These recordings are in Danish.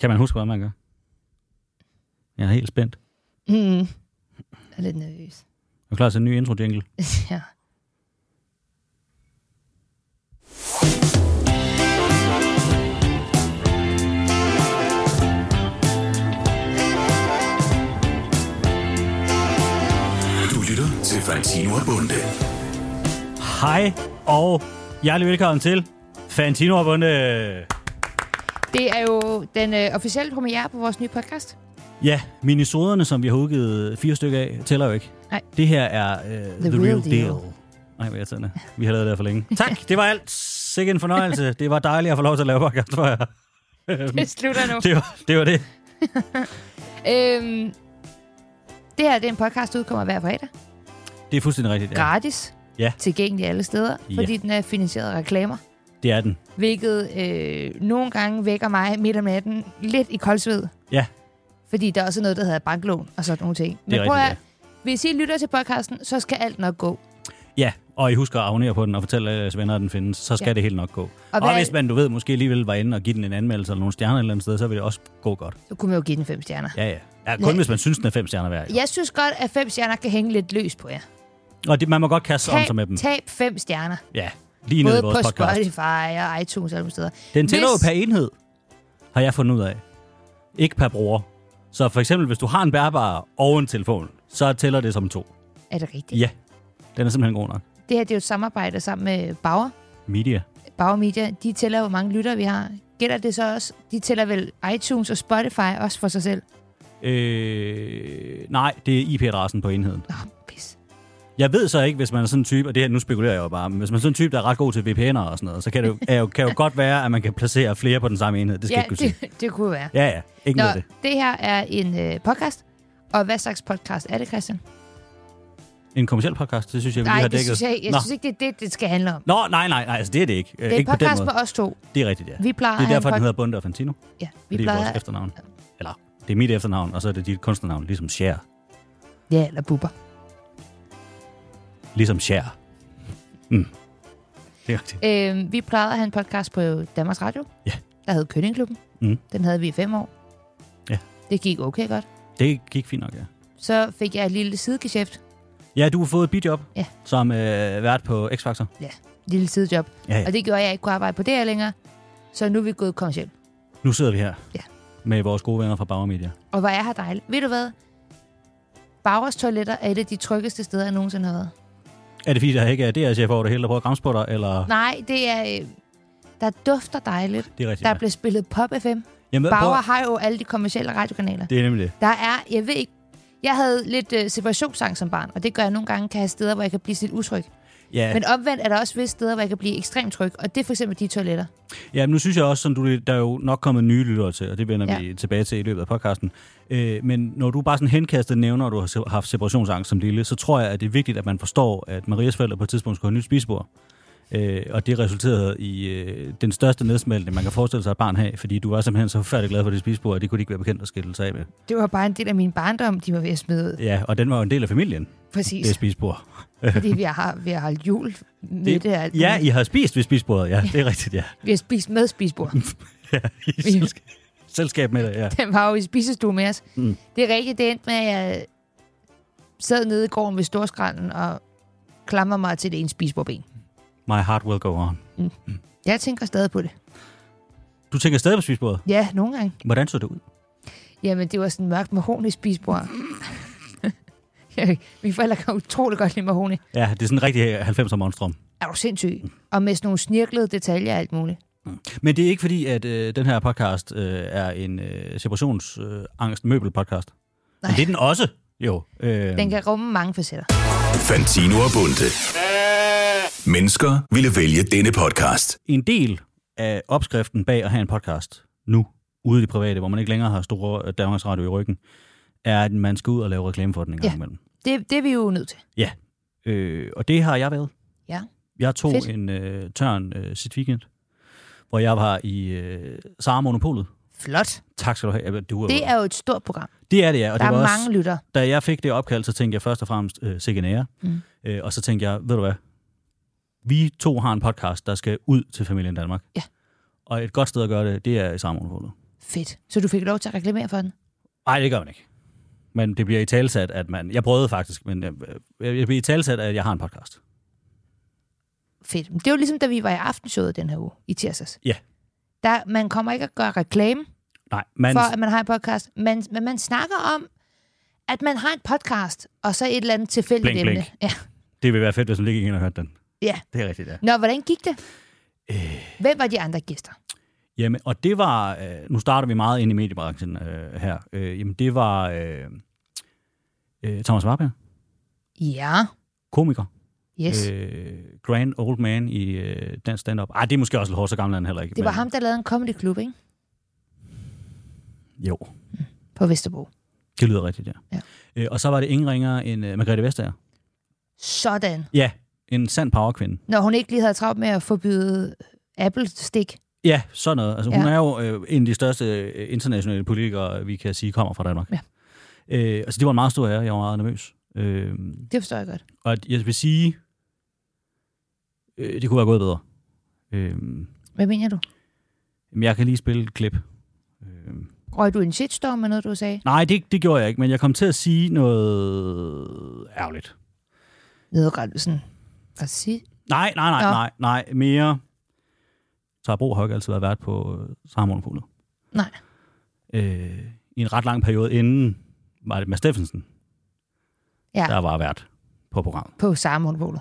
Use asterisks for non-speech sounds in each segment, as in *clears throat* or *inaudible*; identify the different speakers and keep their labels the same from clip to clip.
Speaker 1: Kan man huske, hvad man gør? Jeg er helt spændt.
Speaker 2: Mm. Jeg er lidt nervøs. *laughs*
Speaker 1: Er du klar til en ny intro jingle?
Speaker 2: ja.
Speaker 3: Du lytter til Fantino og Bunde.
Speaker 1: Hej og hjertelig velkommen til Fantino øh, og Bunde.
Speaker 2: Det er jo den øh, officielle premiere på vores nye podcast.
Speaker 1: Ja, minisoderne, som vi har udgivet fire stykker af, tæller jo ikke.
Speaker 2: Nej.
Speaker 1: Det her er uh, the, the
Speaker 2: real
Speaker 1: Real Deal.
Speaker 2: deal.
Speaker 1: deal. Nej, jeg tænder. Vi har lavet det her for længe. Tak, det var alt. Sikke en fornøjelse. Det var dejligt at få lov til at lave podcast for jer.
Speaker 2: Det slutter nu.
Speaker 1: Det var det. Var det.
Speaker 2: øhm, det her det er en podcast, der udkommer hver fredag.
Speaker 1: det er fuldstændig rigtigt. Ja.
Speaker 2: Gratis.
Speaker 1: Ja.
Speaker 2: Tilgængelig alle steder.
Speaker 1: Ja.
Speaker 2: Fordi den er finansieret af reklamer.
Speaker 1: Det er den.
Speaker 2: Hvilket øh, nogle gange vækker mig midt om natten lidt i koldsved.
Speaker 1: Ja.
Speaker 2: Fordi der er også noget, der hedder banklån og sådan nogle ting. Men
Speaker 1: er
Speaker 2: prøv at,
Speaker 1: rigtigt,
Speaker 2: hvis I lytter til podcasten, så skal alt nok gå.
Speaker 1: Ja, og I husker at abonnere på den og fortælle alle jeres venner, at den findes. Så skal
Speaker 2: Ja.
Speaker 1: ja. det helt nok gå. Og, og
Speaker 2: hvad-
Speaker 1: hvis man, du ved, måske alligevel var inde og give den en anmeldelse eller nogle stjerner et eller andet sted, så vil det også gå godt.
Speaker 2: Så kunne man jo give den fem stjerner.
Speaker 1: Ja, ja. ja kun
Speaker 2: Nej.
Speaker 1: hvis man synes, den er fem stjerner værd. Ja.
Speaker 2: Jeg synes godt, at fem stjerner kan hænge lidt løs på jer.
Speaker 1: Og det, man må godt kaste sig om sig med
Speaker 2: Tab,
Speaker 1: dem.
Speaker 2: tab fem stjerner.
Speaker 1: Ja, lige ned
Speaker 2: Både
Speaker 1: i vores
Speaker 2: på
Speaker 1: podcast.
Speaker 2: Spotify og iTunes og alle mulige steder.
Speaker 1: Den tæller
Speaker 2: Hvis-
Speaker 1: jo per enhed, har jeg fundet ud af. Ikke per bruger. Så for eksempel, hvis du har en bærbar og en telefon, så tæller det som to.
Speaker 2: Er det rigtigt?
Speaker 1: Ja, den er simpelthen god nok.
Speaker 2: Det her det er jo et samarbejde sammen med Bauer.
Speaker 1: Media.
Speaker 2: Bauer Media, de tæller, hvor mange lytter vi har. Gælder det så også? De tæller vel iTunes og Spotify også for sig selv?
Speaker 1: Øh, nej, det er IP-adressen på enheden.
Speaker 2: Åh, oh, pis.
Speaker 1: Jeg ved så ikke, hvis man er sådan en type, og det her, nu spekulerer jeg jo bare, men hvis man er sådan en type, der er ret god til VPN'er og sådan noget, så kan det jo, er jo, kan jo godt være, at man kan placere flere på den samme enhed. Det skal
Speaker 2: ja,
Speaker 1: jeg ikke kunne sige.
Speaker 2: det, det kunne være.
Speaker 1: Ja, ja. Ikke noget af
Speaker 2: Nå,
Speaker 1: det.
Speaker 2: det her er en øh, podcast. Og hvad slags podcast er det, Christian?
Speaker 1: En kommersiel podcast, det synes jeg, vi lige
Speaker 2: Nej,
Speaker 1: har
Speaker 2: det
Speaker 1: dækket.
Speaker 2: synes jeg, ikke- jeg
Speaker 1: Nå.
Speaker 2: synes ikke, det er det, det skal handle om.
Speaker 1: Nå, nej, nej, nej, altså det er det ikke. Øh,
Speaker 2: Det er en
Speaker 1: ikke på den
Speaker 2: podcast
Speaker 1: måde.
Speaker 2: på os to.
Speaker 1: Det er rigtigt, ja.
Speaker 2: Vi plejer
Speaker 1: det er
Speaker 2: at have
Speaker 1: derfor,
Speaker 2: en
Speaker 1: den
Speaker 2: pod-
Speaker 1: hedder Bunde og Fantino.
Speaker 2: Ja, vi
Speaker 1: Vi det er
Speaker 2: plejer...
Speaker 1: vores efternavn. Eller, det er mit efternavn, og så er det dit kunstnernavn, ligesom Cher.
Speaker 2: Ja, eller buber.
Speaker 1: Ligesom Cher. Mm. Det er rigtigt.
Speaker 2: Øh, vi plejede at have en podcast på Danmarks Radio.
Speaker 1: Ja.
Speaker 2: Der hed Køllingklubben.
Speaker 1: Mm.
Speaker 2: Den havde vi i fem år.
Speaker 1: Ja.
Speaker 2: Det gik okay godt.
Speaker 1: Det gik fint nok, ja.
Speaker 2: Så fik jeg et lille sidegeschæft.
Speaker 1: Ja, du har fået et bidjob
Speaker 2: Ja.
Speaker 1: som øh, vært på X-Factor.
Speaker 2: Ja. Lille sidejob.
Speaker 1: Ja, ja.
Speaker 2: Og det gjorde, at jeg ikke kunne arbejde på det her længere. Så nu er vi gået kommersielt.
Speaker 1: Nu sidder vi her
Speaker 2: Ja.
Speaker 1: med vores gode venner fra Bauer Media.
Speaker 2: Og hvor er her dejligt. Ved du hvad? Bauers toiletter er et af de tryggeste steder, jeg nogensinde har været.
Speaker 1: Er det fordi, der ikke er DR-chef over det hele, der prøver at gramse på dig, eller...
Speaker 2: Nej, det er... øh, Der dufter dejligt.
Speaker 1: Det er rigtigt,
Speaker 2: Der
Speaker 1: ja.
Speaker 2: bliver spillet Pop FM.
Speaker 1: Jamen, prøv-
Speaker 2: Bauer har jo alle de kommersielle radiokanaler.
Speaker 1: Det er nemlig det.
Speaker 2: Der er, jeg ved ikke, jeg havde lidt øh, separationsangst som barn, og det gør jeg nogle gange, kan have steder, hvor jeg kan blive lidt utryg.
Speaker 1: Ja,
Speaker 2: Men omvendt er der også visse steder, hvor jeg kan blive ekstremt tryg, og det er for eksempel de toiletter.
Speaker 1: ja, men nu synes jeg også, som du, der er jo nok kommet nye lyttere til, og det vender
Speaker 2: Ja.
Speaker 1: ja. vi tilbage til i løbet af podcasten. Øh, men når du bare sådan henkastet nævner, at du har se- haft separationsangst som lille, så tror jeg, at det er vigtigt, at man forstår, at Marias forældre på et tidspunkt skulle have nyt spisebord. Øh, og det resulterede i øh, den største nedsmeltning, man kan forestille sig at et barn have, fordi du var simpelthen så forfærdelig glad for det spisebord, at det kunne de ikke være bekendt at skille sig af med.
Speaker 2: Det var bare en del af min barndom, de var ved at smide ud.
Speaker 1: Ja, og den var jo en del af familien, det
Speaker 2: Præcis,
Speaker 1: spisebord.
Speaker 2: fordi vi har, vi har holdt jul med det, og alt
Speaker 1: ja,
Speaker 2: muligt.
Speaker 1: I har spist ved spisebordet, ja, det er rigtigt, ja.
Speaker 2: Vi har spist med spisbord.
Speaker 1: *laughs* ja I selskab- selskab med det, ja.
Speaker 2: Den var jo i spisestue med os. Mm. Det er rigtigt, det endte med, at jeg sad nede i gården ved Storskralden og klamrer mig til det ene spisbordben.
Speaker 1: My heart will go on.
Speaker 2: Jeg tænker stadig på det.
Speaker 1: Du tænker stadig på spisbordet.
Speaker 2: Ja, nogle gange.
Speaker 1: Hvordan så det ud?
Speaker 2: Jamen, det var sådan mørkt mahoni spisbord. Mine forældre kan utrolig godt lide mahoni.
Speaker 1: Ja, det er sådan en rigtig 90'er monstrum.
Speaker 2: Er du sindssyg? Og med sådan nogle snirklede detaljer og alt muligt.
Speaker 1: Men det er ikke fordi, at øh, den her podcast øh, er en øh, separationsangst øh, møbel podcast. Men det er den også, jo. Øh,
Speaker 2: Den kan rumme mange facetter.
Speaker 3: Fantino og Bunde. Mennesker ville vælge denne podcast.
Speaker 1: En del af opskriften bag at have en podcast nu, ude i det private, hvor man ikke længere har store øh, Danmarks Radio i ryggen, er, at man skal ud og lave reklame for den en gang
Speaker 2: Ja.
Speaker 1: imellem.
Speaker 2: Det, det er vi jo nødt til.
Speaker 1: Ja. Øh, og det har jeg været.
Speaker 2: Ja.
Speaker 1: Jeg tog
Speaker 2: Fedt.
Speaker 1: Fedt. en øh, tørn øh, sit weekend, hvor jeg var i øh, Sara Monopolet.
Speaker 2: Flot.
Speaker 1: Tak skal du have. Jamen, Du,
Speaker 2: Det er jo et stort program.
Speaker 1: det er det, ja. Og
Speaker 2: Der
Speaker 1: det
Speaker 2: er
Speaker 1: var
Speaker 2: mange
Speaker 1: også,
Speaker 2: lytter.
Speaker 1: da jeg fik det opkald, så tænkte jeg først og fremmest, øh, sikke nære.
Speaker 2: Mm.
Speaker 1: Mm. Øh, og så tænkte jeg, ved du hvad, vi to har en podcast, der skal ud til familien Danmark.
Speaker 2: Ja.
Speaker 1: Og et godt sted at gøre det, det er i Samarmonopolet.
Speaker 2: Fedt. Så du fik lov til at reklamere for den?
Speaker 1: Nej, det gør man ikke. Men det bliver i talsat, at man... Jeg prøvede faktisk, men jeg, jeg, jeg bliver i talsat, at jeg har en podcast.
Speaker 2: Fedt. Men Det var ligesom, da vi var i aftenshowet den her uge, i tirsdags.
Speaker 1: Ja.
Speaker 2: Der, man kommer ikke at gøre reklame
Speaker 1: Nej, man,
Speaker 2: for, at man har en podcast, men, men man snakker om, at man har en podcast, og så et eller andet tilfældigt
Speaker 1: Blink,
Speaker 2: emne.
Speaker 1: blink.
Speaker 2: Ja.
Speaker 1: det vil være fedt, hvis man ikke har hørt den.
Speaker 2: ja.
Speaker 1: Det er rigtigt, ja.
Speaker 2: Nå, hvordan gik det? Øh. Hvem var de andre gæster?
Speaker 1: Jamen, og det var... Øh, nu starter vi meget ind i mediebranchen øh, her. Øh, jamen, det var øh, øh, Thomas Warberg,
Speaker 2: Ja,
Speaker 1: komiker.
Speaker 2: yes. Øh,
Speaker 1: Øh, grand old man i øh, dansk stand-up. Ej, det er måske også lidt hårdt, så gammel er han heller ikke.
Speaker 2: det var ham, der lavede en comedy club, ikke?
Speaker 1: Jo,
Speaker 2: På Vesterbro.
Speaker 1: det lyder rigtigt, ja.
Speaker 2: Ja.
Speaker 1: Øh, og så var det ingen ringere end øh, Margrethe Vestager.
Speaker 2: Sådan.
Speaker 1: Ja, en sand powerkvinde.
Speaker 2: Når hun ikke lige havde travlt med at forbyde Apple-stik.
Speaker 1: Ja, sådan noget. Altså, hun
Speaker 2: Ja.
Speaker 1: er jo øh, en af de største øh, internationale politikere, vi kan sige, kommer fra Danmark.
Speaker 2: Ja.
Speaker 1: Øh, altså, det var en meget stor ære. Jeg var meget nervøs. Øh,
Speaker 2: Det forstår jeg godt.
Speaker 1: og jeg vil sige, øh, det kunne være gået bedre. Øh,
Speaker 2: Hvad mener du?
Speaker 1: men jeg kan lige spille et klip. Øh,
Speaker 2: Røg du i en shitstorm med noget, du sagde?
Speaker 1: nej, det, det gjorde jeg ikke, men jeg kom til at sige noget ærgerligt.
Speaker 2: Nedrettelsen. Præcis.
Speaker 1: Nej, nej, nej,
Speaker 2: Nå.
Speaker 1: nej, nej. Mere. Tarbro har jo ikke altid været vært på øh, Samarmonopolet.
Speaker 2: Nej.
Speaker 1: Øh, I en ret lang periode inden var det Mads Steffensen,
Speaker 2: Ja,
Speaker 1: der var vært på programmet.
Speaker 2: på samme monopol.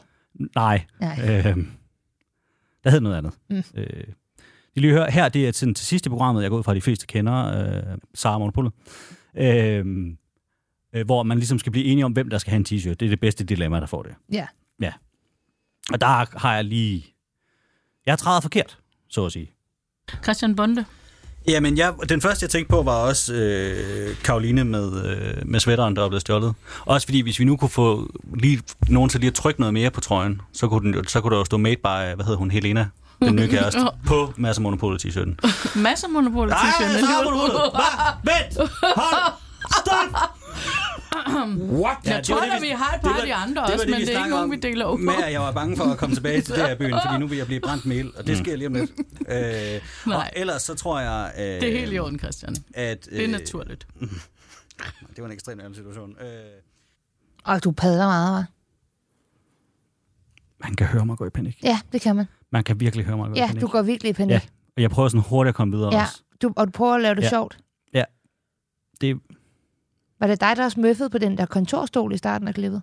Speaker 1: Nej,
Speaker 2: Nej.
Speaker 1: øh, der hed noget andet.
Speaker 2: Mm.
Speaker 1: Øh, de lige høre, her det er sådan, til sidste programmet, jeg går ud fra, at de fleste kender øh, Sara Monopolet, øh, øh, hvor man ligesom skal blive enige om, hvem der skal have en t-shirt. Det er det bedste dilemma, der får det.
Speaker 2: Ja.
Speaker 1: Ja. Og der har jeg lige... Jeg træder forkert, så at sige.
Speaker 4: Christian Bonde.
Speaker 1: Jamen, jeg, den første, jeg tænkte på, var også øh, Karoline med, øh, med sweateren, der blev stjålet. Også fordi, hvis vi nu kunne få lige, nogen til lige at trykke noget mere på trøjen, så kunne, den, jo- så kunne der jo stå made by, hvad hedder hun, Helena, den nye
Speaker 4: *laughs*
Speaker 1: kæreste, på Masser Monopolet t-shirten.
Speaker 4: Masser af monopol
Speaker 1: Nej,
Speaker 4: t-shirt.
Speaker 1: Masser Monopolet!
Speaker 4: *laughs*
Speaker 1: Hvad? Vent! Hold! Stop! What? Ja,
Speaker 4: Jeg tror da, vi har et par af de andre også, men det er ikke nogen, vi deler over.
Speaker 1: Men jeg var bange for at komme tilbage til det her byen, fordi nu vil jeg blive brændt med el, og det sker lige om lidt. Øh, og
Speaker 4: Mm. Nej.
Speaker 1: ellers så tror jeg... Øh,
Speaker 4: Det er helt i orden, Christian.
Speaker 1: At, øh,
Speaker 4: Det er naturligt.
Speaker 1: Det var en ekstremt ærlig situation. Øh...
Speaker 2: Og du padler meget, hva'?
Speaker 1: Man kan høre mig gå i panik.
Speaker 2: Ja, det kan man.
Speaker 1: Man kan virkelig høre mig gå
Speaker 2: Ja,
Speaker 1: i panik.
Speaker 2: du går virkelig i panik.
Speaker 1: Ja, og jeg prøver sådan hurtigt at komme videre
Speaker 2: ja.
Speaker 1: også.
Speaker 2: Du, og du prøver at lave det
Speaker 1: Ja.
Speaker 2: ja. sjovt.
Speaker 1: Det...
Speaker 2: Var det dig, der også møffede på den der kontorstol i starten af klippet?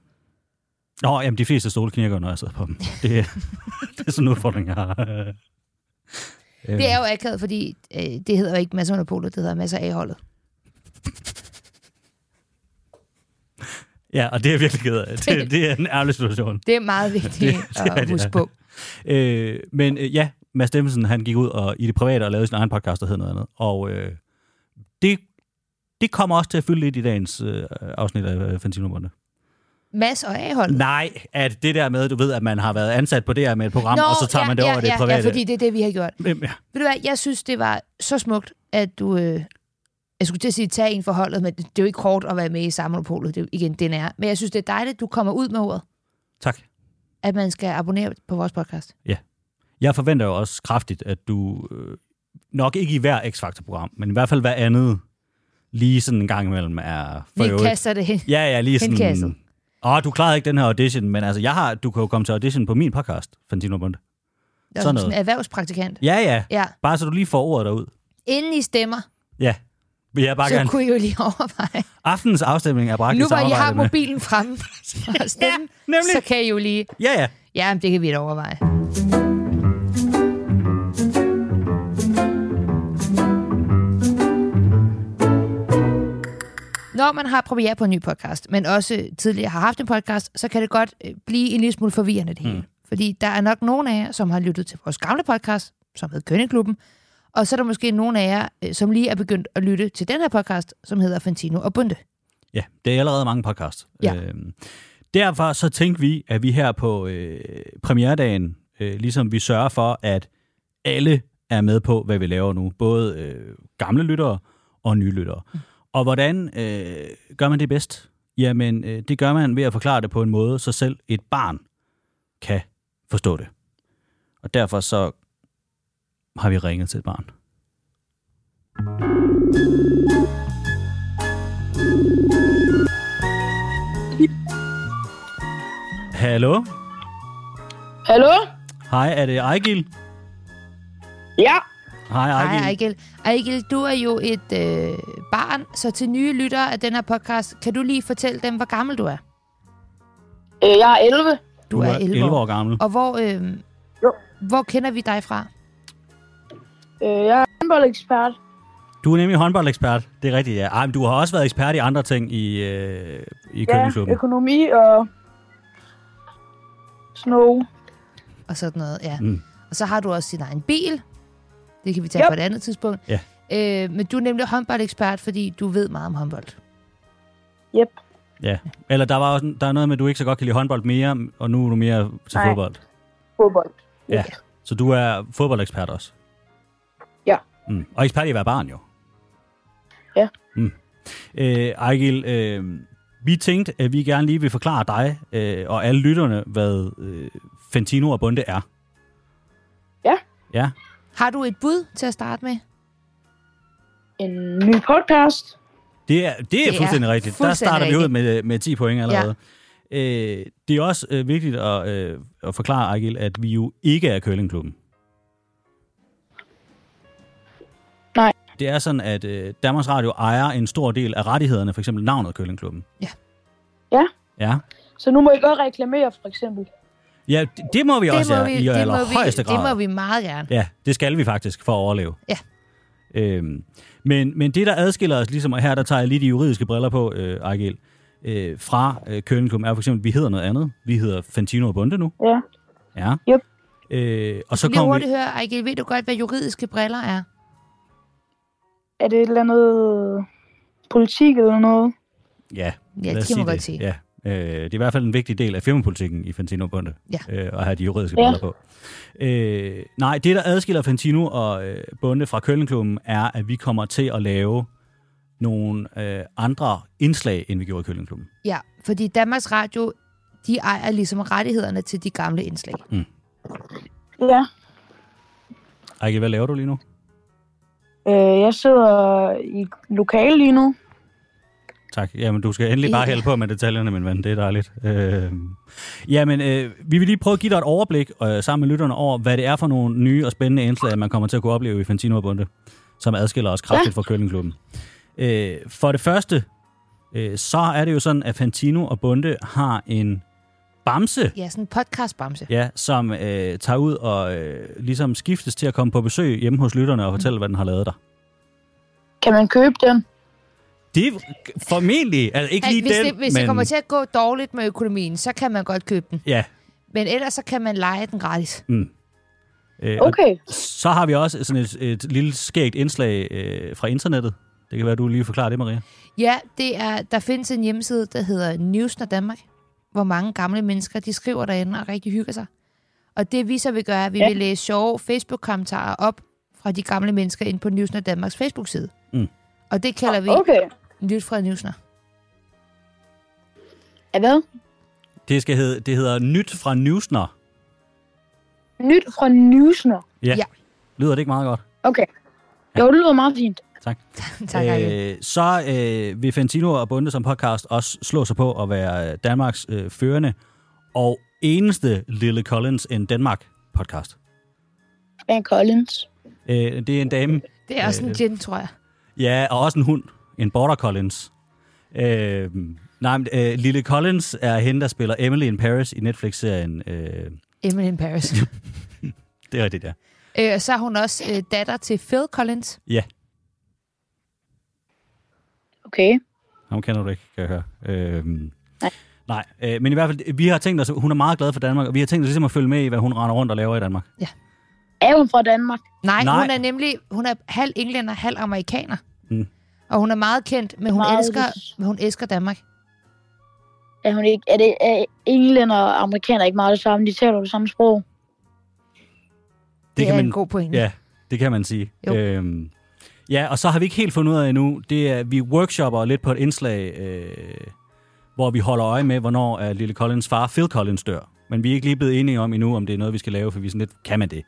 Speaker 1: Nå, jamen de fleste stole knirker, når jeg sidder på dem. Det, det er *laughs* sådan en udfordring, jeg har. Øhm, Øh,
Speaker 2: Det er jo akavet, fordi øh, det hedder jo ikke masser af polet, det hedder masser af holdet.
Speaker 1: Ja, og det er jeg virkelig ked af. Det, det er en ærlig situation.
Speaker 2: Det er meget vigtigt
Speaker 1: Det-
Speaker 2: det,
Speaker 1: det
Speaker 2: det,
Speaker 1: er
Speaker 2: at
Speaker 1: det, *laughs*
Speaker 2: huske
Speaker 1: ja.
Speaker 2: på.
Speaker 1: Øh, men øh, ja, Mads Steffensen, han gik ud og, i det private og lavede sin egen podcast, der hed noget andet. Og øh, det, det kommer også til at fylde lidt i dagens øh, afsnit af Fantinobundet.
Speaker 2: Mads og A-holdet.
Speaker 1: Nej, at det der med, du ved, at man har været ansat på det her med et program, Nå, og så tager
Speaker 2: ja,
Speaker 1: man det
Speaker 2: ja,
Speaker 1: over i det
Speaker 2: ja,
Speaker 1: private.
Speaker 2: Ja, fordi det er det, vi har gjort.
Speaker 1: Øhm, ja.
Speaker 2: Ved du hvad, jeg synes, det var så smukt, at du... Øh, jeg skulle til at sige, tag en for holdet, men det, det er jo ikke hårdt at være med i sammonopolet. Det er jo igen, den er. Men jeg synes, det er dejligt, at du kommer ud med ordet,
Speaker 1: Tak.
Speaker 2: at man skal abonnere på vores podcast.
Speaker 1: Jeg forventer jo også kraftigt, at du øh, nok ikke i hver X-Factor-program, men i hvert fald hver andet, lige sådan en gang imellem er for
Speaker 2: Vi
Speaker 1: øvrigt.
Speaker 2: kaster det hen.
Speaker 1: Ja, ja, lige sådan...
Speaker 2: Henkastet.
Speaker 1: Åh, du klarede ikke den her audition, men altså, jeg har, du kan jo komme til audition på min podcast, Fantino Bunde.
Speaker 2: Jeg er
Speaker 1: Sådan
Speaker 2: sådan
Speaker 1: noget.
Speaker 2: en erhvervspraktikant.
Speaker 1: Ja, ja.
Speaker 2: Ja.
Speaker 1: Bare så du lige får ordet derud.
Speaker 2: Inden I stemmer,
Speaker 1: Ja. Vil jeg bare
Speaker 2: så
Speaker 1: gerne...
Speaker 2: kunne I jo lige *laughs* overveje.
Speaker 1: Aftenens afstemning er bragt
Speaker 2: Nu
Speaker 1: i
Speaker 2: hvor I
Speaker 1: samarbejde
Speaker 2: har
Speaker 1: med...
Speaker 2: mobilen fremme
Speaker 1: *laughs*
Speaker 2: for at stemme,
Speaker 1: nemlig.
Speaker 2: så kan I jo lige...
Speaker 1: Ja, ja.
Speaker 2: Ja, men det kan vi da overveje. Når man har premiere på en ny podcast, men også tidligere har haft en podcast, så kan det godt øh, blive en lille smule forvirrende det hele. Mm. Fordi der er nok nogen af jer, som har lyttet til vores gamle podcast, som hed Kønneklubben, og så er der måske nogen af jer, øh, som lige er begyndt at lytte til den her podcast, som hedder Fantino og Bunde.
Speaker 1: Ja, det er allerede mange podcasts.
Speaker 2: Ja.
Speaker 1: Øhm, derfor så tænkte vi, at vi her på øh, premieredagen, øh, ligesom vi sørger for, at alle er med på, hvad vi laver nu. Både øh, gamle lyttere og nye lyttere. Mm. Og hvordan øh, gør man det bedst? Jamen, øh, det gør man ved at forklare det på en måde, så selv et barn kan forstå det. Og derfor så har vi ringet til et barn. Hallo?
Speaker 5: Hallo?
Speaker 1: Hej, er det Ejgil?
Speaker 5: Ja.
Speaker 1: Hej, Ejgil.
Speaker 2: Hej, Ejgil. Ejgil, du er jo et øh, barn, så til nye lyttere af den her podcast, kan du lige fortælle dem, hvor gammel du er?
Speaker 5: Øh, jeg er 11.
Speaker 1: Du er 11 år, gammel.
Speaker 2: Og hvor, øh,
Speaker 5: Jo.
Speaker 2: hvor kender vi dig fra?
Speaker 5: Øh, jeg er håndboldekspert.
Speaker 1: Du er nemlig håndboldekspert, det er rigtigt, ja. Ej, men du har også været ekspert i andre ting i, øh, i
Speaker 5: Ja,
Speaker 1: Københavnsklubben.
Speaker 5: økonomi og snow.
Speaker 2: Og sådan noget, ja.
Speaker 1: Mm.
Speaker 2: Og så har du også din egen bil. Det kan vi tage
Speaker 5: Yep.
Speaker 2: på et andet tidspunkt.
Speaker 1: Ja.
Speaker 2: Øh, men du er nemlig håndboldekspert, fordi du ved meget om håndbold.
Speaker 5: Yep.
Speaker 1: Ja. Eller der, var også, der er noget med, at du ikke så godt kan lide håndbold mere, og nu er du mere til
Speaker 5: Nej.
Speaker 1: fodbold.
Speaker 5: Fodbold.
Speaker 1: Ja. Så du er fodboldekspert også?
Speaker 5: Ja.
Speaker 1: Mm. Og ekspert i at være barn, jo.
Speaker 5: Ja.
Speaker 1: Mm. Øh, Ejgil, øh, vi tænkte, at vi gerne lige vil forklare dig øh, og alle lytterne, hvad øh, Fentino og Bunde er.
Speaker 5: Ja.
Speaker 1: Ja.
Speaker 2: Har du et bud til at starte med?
Speaker 5: En ny podcast.
Speaker 1: Det er, det er
Speaker 2: er
Speaker 1: fuldstændig rigtigt. Der
Speaker 2: fuldstændig
Speaker 1: starter vi ud
Speaker 2: rigtigt.
Speaker 1: med, øh, med 10 point allerede. Ja. Øh, det er også øh, vigtigt at, øh, at forklare, Ejgil, at vi jo ikke er curlingklubben.
Speaker 5: Nej.
Speaker 1: Det er sådan, at øh, Danmarks Radio ejer en stor del af rettighederne, for eksempel navnet curlingklubben.
Speaker 5: Ja.
Speaker 1: Ja.
Speaker 5: Så nu må I godt reklamere, for eksempel.
Speaker 1: Ja, det, det må vi
Speaker 2: det,
Speaker 1: også
Speaker 2: må
Speaker 1: ja,
Speaker 2: vi,
Speaker 1: i
Speaker 2: det, må vi,
Speaker 1: allerhøjeste grad.
Speaker 2: det må vi meget gerne.
Speaker 1: Ja, det skal vi faktisk for at overleve.
Speaker 2: Ja.
Speaker 1: Øhm, men, men det, der adskiller os, ligesom og her, der tager jeg lige de juridiske briller på, øh, Argel, øh, fra øh, Købenklubben, er for eksempel, at vi hedder noget andet. Vi hedder Fantino og Bunde nu.
Speaker 5: Ja.
Speaker 1: Ja.
Speaker 5: Yep.
Speaker 1: Øh, og så
Speaker 2: Så lige
Speaker 1: kommer vi...
Speaker 2: hurtigt høre, Ejgil, ved du godt, hvad juridiske briller er?
Speaker 5: Er det et eller andet politik eller noget?
Speaker 1: Ja,
Speaker 2: Ja,
Speaker 1: lad os
Speaker 2: det kan man
Speaker 1: sige
Speaker 2: godt sige.
Speaker 1: Ja. Øh, det er i hvert fald en vigtig del af firmapolitikken i Fantino og Bunde,
Speaker 2: Ja.
Speaker 1: øh, at have de juridiske
Speaker 5: Ja.
Speaker 1: briller på. Øh, nej, det, der adskiller Fantino og øh, Bunde fra Køllingklubben, er, at vi kommer til at lave nogle øh, andre indslag, end vi gjorde i Køllingklubben.
Speaker 2: Ja, fordi Danmarks Radio, de ejer ligesom rettighederne til de gamle indslag.
Speaker 5: Ja.
Speaker 1: Ejke, hvad laver du lige nu?
Speaker 5: Øh, jeg sidder i lokale lige nu.
Speaker 1: Tak. Jamen, du skal endelig bare hælde på med detaljerne, min ven. Det er dejligt. Øh, jamen, øh, vi vil lige prøve at give dig et overblik øh, sammen med lytterne over, hvad det er for nogle nye og spændende indslag, man kommer til at kunne opleve i Fantino og Bunde, som adskiller os kraftigt fra Køllingklubben. Øh, for det første, øh, så er det jo sådan, at Fantino og Bunde har en bamse,
Speaker 2: Ja, sådan en podcastbamse.
Speaker 1: ja, som øh, tager ud og øh, ligesom skiftes til at komme på besøg hjemme hos lytterne og fortælle, hvad den har lavet der.
Speaker 5: Kan man købe den?
Speaker 1: Det er formentlig, altså ikke
Speaker 2: Ja,
Speaker 1: lige
Speaker 2: hvis
Speaker 1: den,
Speaker 2: det, hvis
Speaker 1: men...
Speaker 2: det kommer til at gå dårligt med økonomien, så kan man godt købe den.
Speaker 1: Ja,
Speaker 2: Men ellers så kan man lege den gratis.
Speaker 1: øh, og
Speaker 5: Okay.
Speaker 1: Så har vi også sådan et, et lille skægt indslag øh, fra internettet. Det kan være, du lige forklarer det, Maria.
Speaker 2: Ja, det er, der findes en hjemmeside, der hedder Newsner Danmark, hvor mange gamle mennesker, de skriver derinde og rigtig hygger sig. Og det vi så vil gøre, vi ja. vil læse sjove Facebook-kommentarer op fra de gamle mennesker ind på Newsner Danmarks Facebook-side.
Speaker 1: Mm. Ah,
Speaker 2: Og det kalder vi okay.
Speaker 5: Okay.
Speaker 2: Nyt fra Newsner. *laughs*
Speaker 5: Er hvad?
Speaker 1: Det, skal hedde, det hedder Nyt fra Newsner.
Speaker 5: Nyt fra Newsner.
Speaker 2: Ja.
Speaker 1: Lyder det ikke meget godt?
Speaker 5: Okay. Jo, det lyder meget fint.
Speaker 2: tak, øh,
Speaker 1: øh, så øh, vil Fantino og Bunde som podcast også slå sig på at være øh, Danmarks øh, førende og eneste Lille Collins in Danmark podcast.
Speaker 5: Dan Collins.
Speaker 1: Øh, det er en dame,
Speaker 2: Det er også
Speaker 1: øh,
Speaker 2: en gin, tror jeg.
Speaker 1: Ja, og også en hund. En Border Collins. Øh, nej, men, øh, Lille Collins er hende, der spiller Emily in Paris i Netflix-serien. Øh,
Speaker 2: Emily in
Speaker 1: *laughs*
Speaker 2: Paris.
Speaker 1: det er rigtigt, ja.
Speaker 2: øh, så er hun også øh, datter til Phil Collins.
Speaker 1: Ja,
Speaker 5: Okay.
Speaker 1: ham kender du ikke, kan jeg høre. Øh, nej, øh, men i hvert fald, vi har tænkt os, hun er meget glad for Danmark, og vi har tænkt os ligesom at følge med i, hvad hun render rundt og laver i Danmark.
Speaker 5: Er hun fra Danmark?
Speaker 1: Nej.
Speaker 2: Nej, Nej, hun er nemlig hun er halv englænder, halv amerikaner.
Speaker 1: Mm.
Speaker 2: Mm. Og hun er meget kendt, men hun,
Speaker 5: Meget
Speaker 2: elsker, men hun elsker Danmark.
Speaker 5: Er, hun ikke, er, det, er englænder og amerikaner ikke meget det samme? De taler jo det samme sprog.
Speaker 2: Det, det er
Speaker 1: man,
Speaker 2: en god pointe.
Speaker 1: Ja, det kan man sige.
Speaker 2: Mm. Jo.
Speaker 1: Øhm, ja, og så har vi ikke helt fundet ud af endnu, det er, vi workshopper lidt på et indslag, øh, hvor vi holder øje med, hvornår er lille Collins far, Phil Collins, dør. Men vi er ikke lige blevet enige om endnu, om det er noget, vi skal lave, for vi er sådan lidt, kan man det?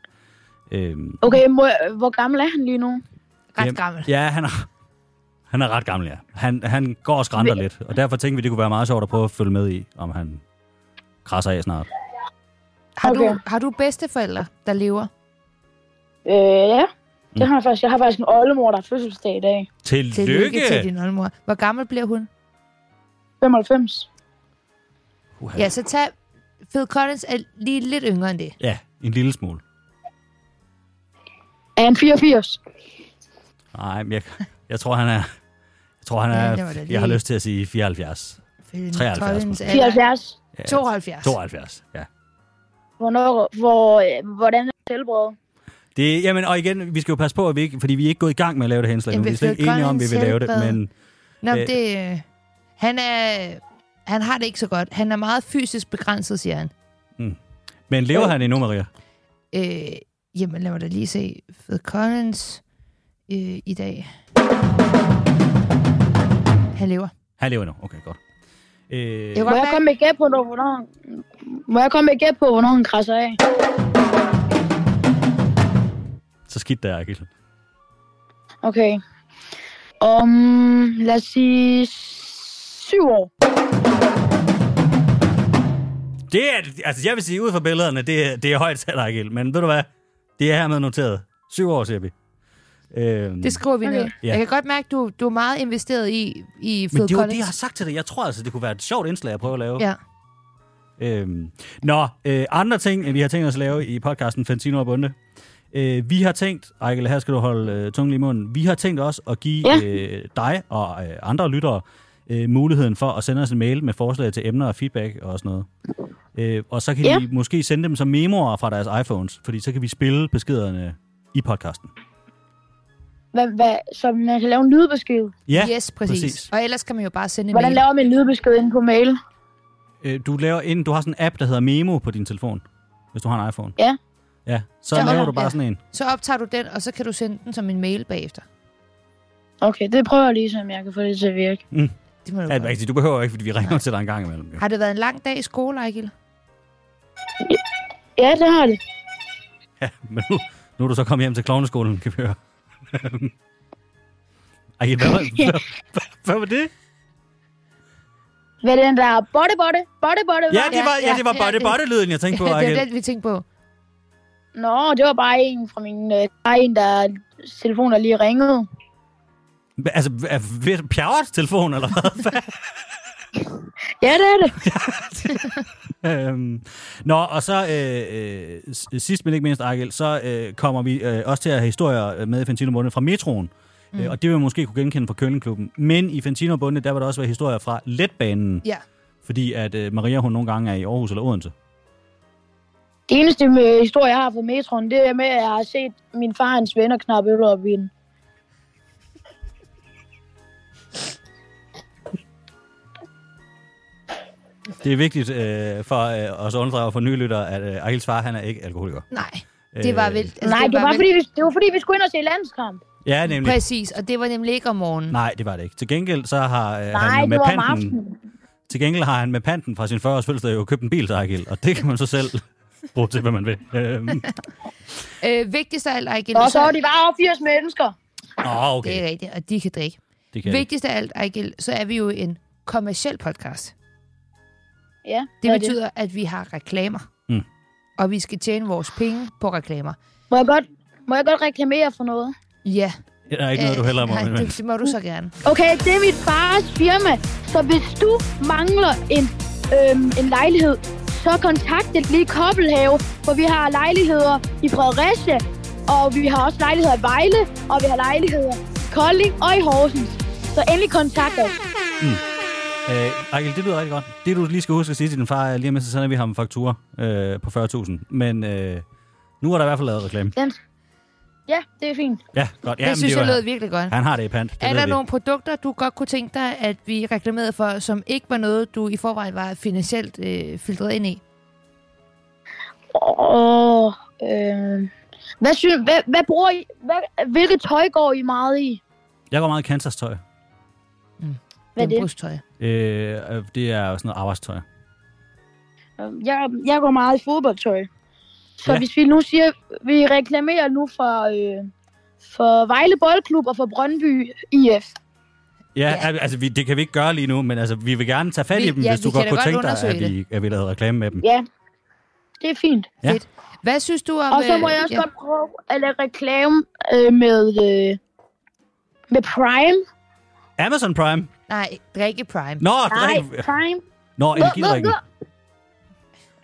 Speaker 1: Øhm,
Speaker 5: Okay, må jeg, hvor gammel er han lige nu?
Speaker 2: Ret
Speaker 1: Jamen,
Speaker 2: gammel.
Speaker 1: Ja, han er, han er ret gammel, ja. Han, han går og skrænter
Speaker 5: Vil-
Speaker 1: lidt, og derfor tænkte vi, det kunne være meget sjovt at prøve at følge med i, om han krasser af snart.
Speaker 2: Har, du,
Speaker 5: Okay.
Speaker 2: har du bedsteforældre, der lever?
Speaker 5: Øh, ja. Det
Speaker 1: Mm.
Speaker 5: har jeg faktisk. Jeg har faktisk en oldemor, der har fødselsdag i dag.
Speaker 1: Tillykke!
Speaker 2: Tillykke til din oldemor. Hvor gammel bliver hun?
Speaker 5: 95.
Speaker 1: Uha.
Speaker 2: Ja, så tag... Phil Collins er lige lidt yngre end det.
Speaker 1: ja, en lille smule.
Speaker 5: Er han 84?
Speaker 1: Nej, men jeg, jeg tror, han er... Jeg tror, han
Speaker 2: Ja,
Speaker 1: er...
Speaker 2: det var da
Speaker 1: Ja,
Speaker 2: lige-
Speaker 1: jeg har lyst til at sige 74.
Speaker 2: Phil
Speaker 1: 73
Speaker 2: Collins
Speaker 1: måske.
Speaker 2: er
Speaker 5: 74.
Speaker 1: Ja,
Speaker 2: 72.
Speaker 1: 72, ja.
Speaker 5: Hvornår, hvor, øh, hvordan er selvbrød?
Speaker 1: Det, jamen, og igen, vi skal jo passe på, at vi ikke, fordi vi er ikke gået i gang med at lave det her indslag nu.
Speaker 2: Jamen,
Speaker 1: Vi er slet
Speaker 2: Phil
Speaker 1: ikke enige om, vi
Speaker 2: Collins
Speaker 1: vil lave det,
Speaker 2: helbred.
Speaker 1: men
Speaker 2: Nå,
Speaker 1: Øh.
Speaker 2: men det... øh, Han er... Han har det ikke så godt. Han er meget fysisk begrænset, siger han.
Speaker 1: Men lever han endnu, Maria?
Speaker 2: Øh, jamen, lad mig da lige se Phil Collins øh, i dag. Han lever.
Speaker 1: Han lever endnu. Okay, godt. Øh,
Speaker 2: Jeg
Speaker 5: Må jeg komme med et gæt på, når- hvornår, må jeg komme med et gæt på, hvornår han krasser af?
Speaker 1: så skidt der, Akil.
Speaker 5: Okay. Om, lad os sige, syv år.
Speaker 1: Det er, altså jeg vil sige, ud fra billederne, det er, det er højt tal, Akil. Men ved du hvad? Det er hermed noteret. Syv år, siger vi. Øhm,
Speaker 2: Det skriver vi okay.
Speaker 5: Okay.
Speaker 2: ned.
Speaker 1: Ja.
Speaker 2: Jeg kan godt mærke, du, du er meget investeret i, i Phil
Speaker 1: men det er jo det,
Speaker 2: Collins.
Speaker 1: jeg har sagt til dig. Jeg tror altså, det kunne være et sjovt indslag at prøve at lave.
Speaker 2: Ja.
Speaker 1: Øhm, nå, øh, andre ting, vi har tænkt os at lave i podcasten Fantino og Bunde. Øh, vi har tænkt, Ejkel, her skal du holde øh, tungen lige i munden. Vi har tænkt også at give
Speaker 5: Ja.
Speaker 1: øh, dig og øh, andre lyttere øh, muligheden for at sende os en mail med forslag til emner og feedback og sådan noget. Øh, og så kan
Speaker 5: Ja.
Speaker 1: ja. I måske sende dem som memoer fra deres iPhones, fordi så kan vi spille beskederne i podcasten.
Speaker 5: Hvad, hvad, så man kan lave en lydbesked.
Speaker 1: Ja,
Speaker 2: Yes, præcis. præcis. Og ellers kan man jo bare sende en
Speaker 5: Hvordan
Speaker 2: mail.
Speaker 5: laver man en lydbesked inde på mail?
Speaker 1: Øh, du, laver ind, du har sådan en app, der hedder Memo på din telefon, hvis du har en iPhone.
Speaker 5: Ja.
Speaker 1: Ja, så
Speaker 2: Ja,
Speaker 1: laver
Speaker 2: ja,
Speaker 1: du bare
Speaker 2: ja.
Speaker 1: sådan en.
Speaker 2: Så optager du den, og så kan du sende den som en mail bagefter.
Speaker 5: Okay, det prøver jeg lige, så jeg kan få det til at virke.
Speaker 2: Det må
Speaker 1: Ja,
Speaker 2: du
Speaker 1: det er
Speaker 2: godt.
Speaker 1: rigtigt. Du behøver ikke, fordi vi ringer til dig en gang imellem. Jo.
Speaker 2: Har det været en lang dag i skole, Ejgil?
Speaker 5: Ja, det har det.
Speaker 1: Ja, *laughs* men nu, nu er du så kommet hjem til klovneskolen, kan vi høre. Ej, hvad *laughs* var, hvad, hvad, hvad var det?
Speaker 5: Hvad er den der botte, botte, botte, botte?
Speaker 1: Ja, det var, ja, det var
Speaker 2: ja,
Speaker 1: botte
Speaker 2: det-
Speaker 1: botte lyden jeg
Speaker 2: *laughs*
Speaker 1: *laughs* tænkte på.
Speaker 2: det
Speaker 1: Ej,
Speaker 2: er den, vi tænkte på.
Speaker 5: Nå, det var bare en fra min... Øh, bare en, der telefon, der lige ringede.
Speaker 1: Hva- altså, er- ved Pjerrets telefon, eller *laughs* hvad?
Speaker 5: Ja, det er det.
Speaker 1: øhm, nå, og så øh, øh, s- sidst men ikke mindst, Ejkel, så øh, kommer vi øh, også til at have historier øh, med i Fantino Bunde fra metroen. Mm. Øh, og det vil man måske kunne genkende fra Køllingklubben. Men i Fantino Bunde, der vil der også være historier fra letbanen,
Speaker 2: Ja.
Speaker 1: fordi at øh, Maria, hun nogle gange er i Aarhus eller Odense.
Speaker 5: Det eneste med historie, jeg har fra metroen, det er med, at jeg har set min far og hans venner knappe øl op i den.
Speaker 1: Det er vigtigt øh, for øh, os underdrager for nye lyttere, at øh, Akils far, han er ikke alkoholiker.
Speaker 2: Nej, det var
Speaker 1: Øh,
Speaker 2: vel... Altså,
Speaker 5: Nej, det var,
Speaker 2: vel-
Speaker 5: fordi, vi, det var fordi, vi skulle ind og se landskamp.
Speaker 1: Ja, nemlig.
Speaker 2: Præcis, og det var nemlig ikke om morgenen.
Speaker 1: Nej, det var det ikke. Til gengæld så har øh,
Speaker 5: Nej,
Speaker 1: han jo
Speaker 5: det
Speaker 1: med
Speaker 5: var om
Speaker 1: panten...
Speaker 5: aftenen.
Speaker 1: Til gengæld har han med panten fra sin 40-års fødselsdag jo købt en bil til Akil, og det kan man så
Speaker 2: *laughs*
Speaker 1: selv bruge til, hvad man vil. Øhm,
Speaker 2: Øh, vigtigst af alt, Ejgil...
Speaker 5: Og så var de bare over 80 mennesker.
Speaker 1: Nå,
Speaker 2: Det er
Speaker 1: okay.
Speaker 2: rigtigt, og de kan drikke.
Speaker 1: Det
Speaker 2: Ja.
Speaker 1: kan jeg.
Speaker 2: Vigtigst af alt, Ejgil, så er vi jo en kommersiel podcast.
Speaker 5: Ja,
Speaker 2: Det
Speaker 5: er
Speaker 2: betyder, at vi har reklamer.
Speaker 1: Mm.
Speaker 2: Og vi skal tjene vores penge på reklamer.
Speaker 5: Må jeg godt, må jeg godt reklamere for noget?
Speaker 2: Ja.
Speaker 1: Der er ikke noget, du hælder
Speaker 2: mig.
Speaker 1: mig.
Speaker 2: Øh, Nej, det, det må du så
Speaker 1: *laughs*
Speaker 2: gerne.
Speaker 5: Okay, det er mit fars firma, så hvis du mangler en, øhm, en lejlighed, så kontakt et lige Kobbelhave, for vi har lejligheder i Fredericia, og vi har også lejligheder i Vejle, og vi har lejligheder i Kolding og i Horsens. Så endelig kontakt os.
Speaker 1: Øh, Akil, det lyder rigtig godt. Det, du lige skal huske at sige til din far, er, lige om lidt, så sender vi ham en faktura øh, på 40.000. Men øh, nu er der i hvert fald lavet reklame.
Speaker 5: Den. Ja, det er fint.
Speaker 1: Ja, godt. Ja,
Speaker 2: det synes
Speaker 1: det er
Speaker 2: jeg
Speaker 1: jo-
Speaker 2: lød virkelig godt.
Speaker 1: Han har det i pant. Det
Speaker 2: Er
Speaker 1: ved
Speaker 2: der
Speaker 1: vi.
Speaker 2: nogle produkter, du godt kunne tænke dig, at vi reklamerede for, som ikke var noget, du i forvejen var finansielt øh, filtreret ind i?
Speaker 5: Åh, øh, hvad, synes, hvad, hvad bruger I? Hvad, hvilket tøj går I meget i?
Speaker 1: Jeg går meget i Kansas tøj.
Speaker 5: Hvad er det?
Speaker 2: Brugstøj.
Speaker 1: Øh, øh, det er jo sådan noget arbejdstøj.
Speaker 5: Jeg, jeg går meget i fodboldtøj. Så
Speaker 1: Ja.
Speaker 5: ja. hvis vi nu siger, vi reklamerer nu for, øh, for Vejle Boldklub og for Brøndby IF.
Speaker 1: Ja,
Speaker 2: Ja.
Speaker 1: ja. altså, vi, det kan vi ikke gøre lige nu, men altså, vi vil gerne tage fat i
Speaker 2: Vi-
Speaker 1: dem,
Speaker 2: ja,
Speaker 1: hvis du
Speaker 2: vi kan
Speaker 1: godt
Speaker 2: da
Speaker 1: kunne
Speaker 2: godt
Speaker 1: tænke dig, at
Speaker 2: undersøge
Speaker 1: vi, at vi lavede reklame med dem.
Speaker 5: Ja, det er fint.
Speaker 1: Ja.
Speaker 2: Fedt. Hvad synes du om...
Speaker 5: Og så må
Speaker 2: øh,
Speaker 5: jeg også godt prøve at lave reklame øh, med, øh, med Prime.
Speaker 1: Amazon Prime.
Speaker 2: Nej, drikke Prime.
Speaker 1: Nå,
Speaker 5: Nej,
Speaker 1: drik.
Speaker 5: Prime.
Speaker 1: Nå, energidrikken.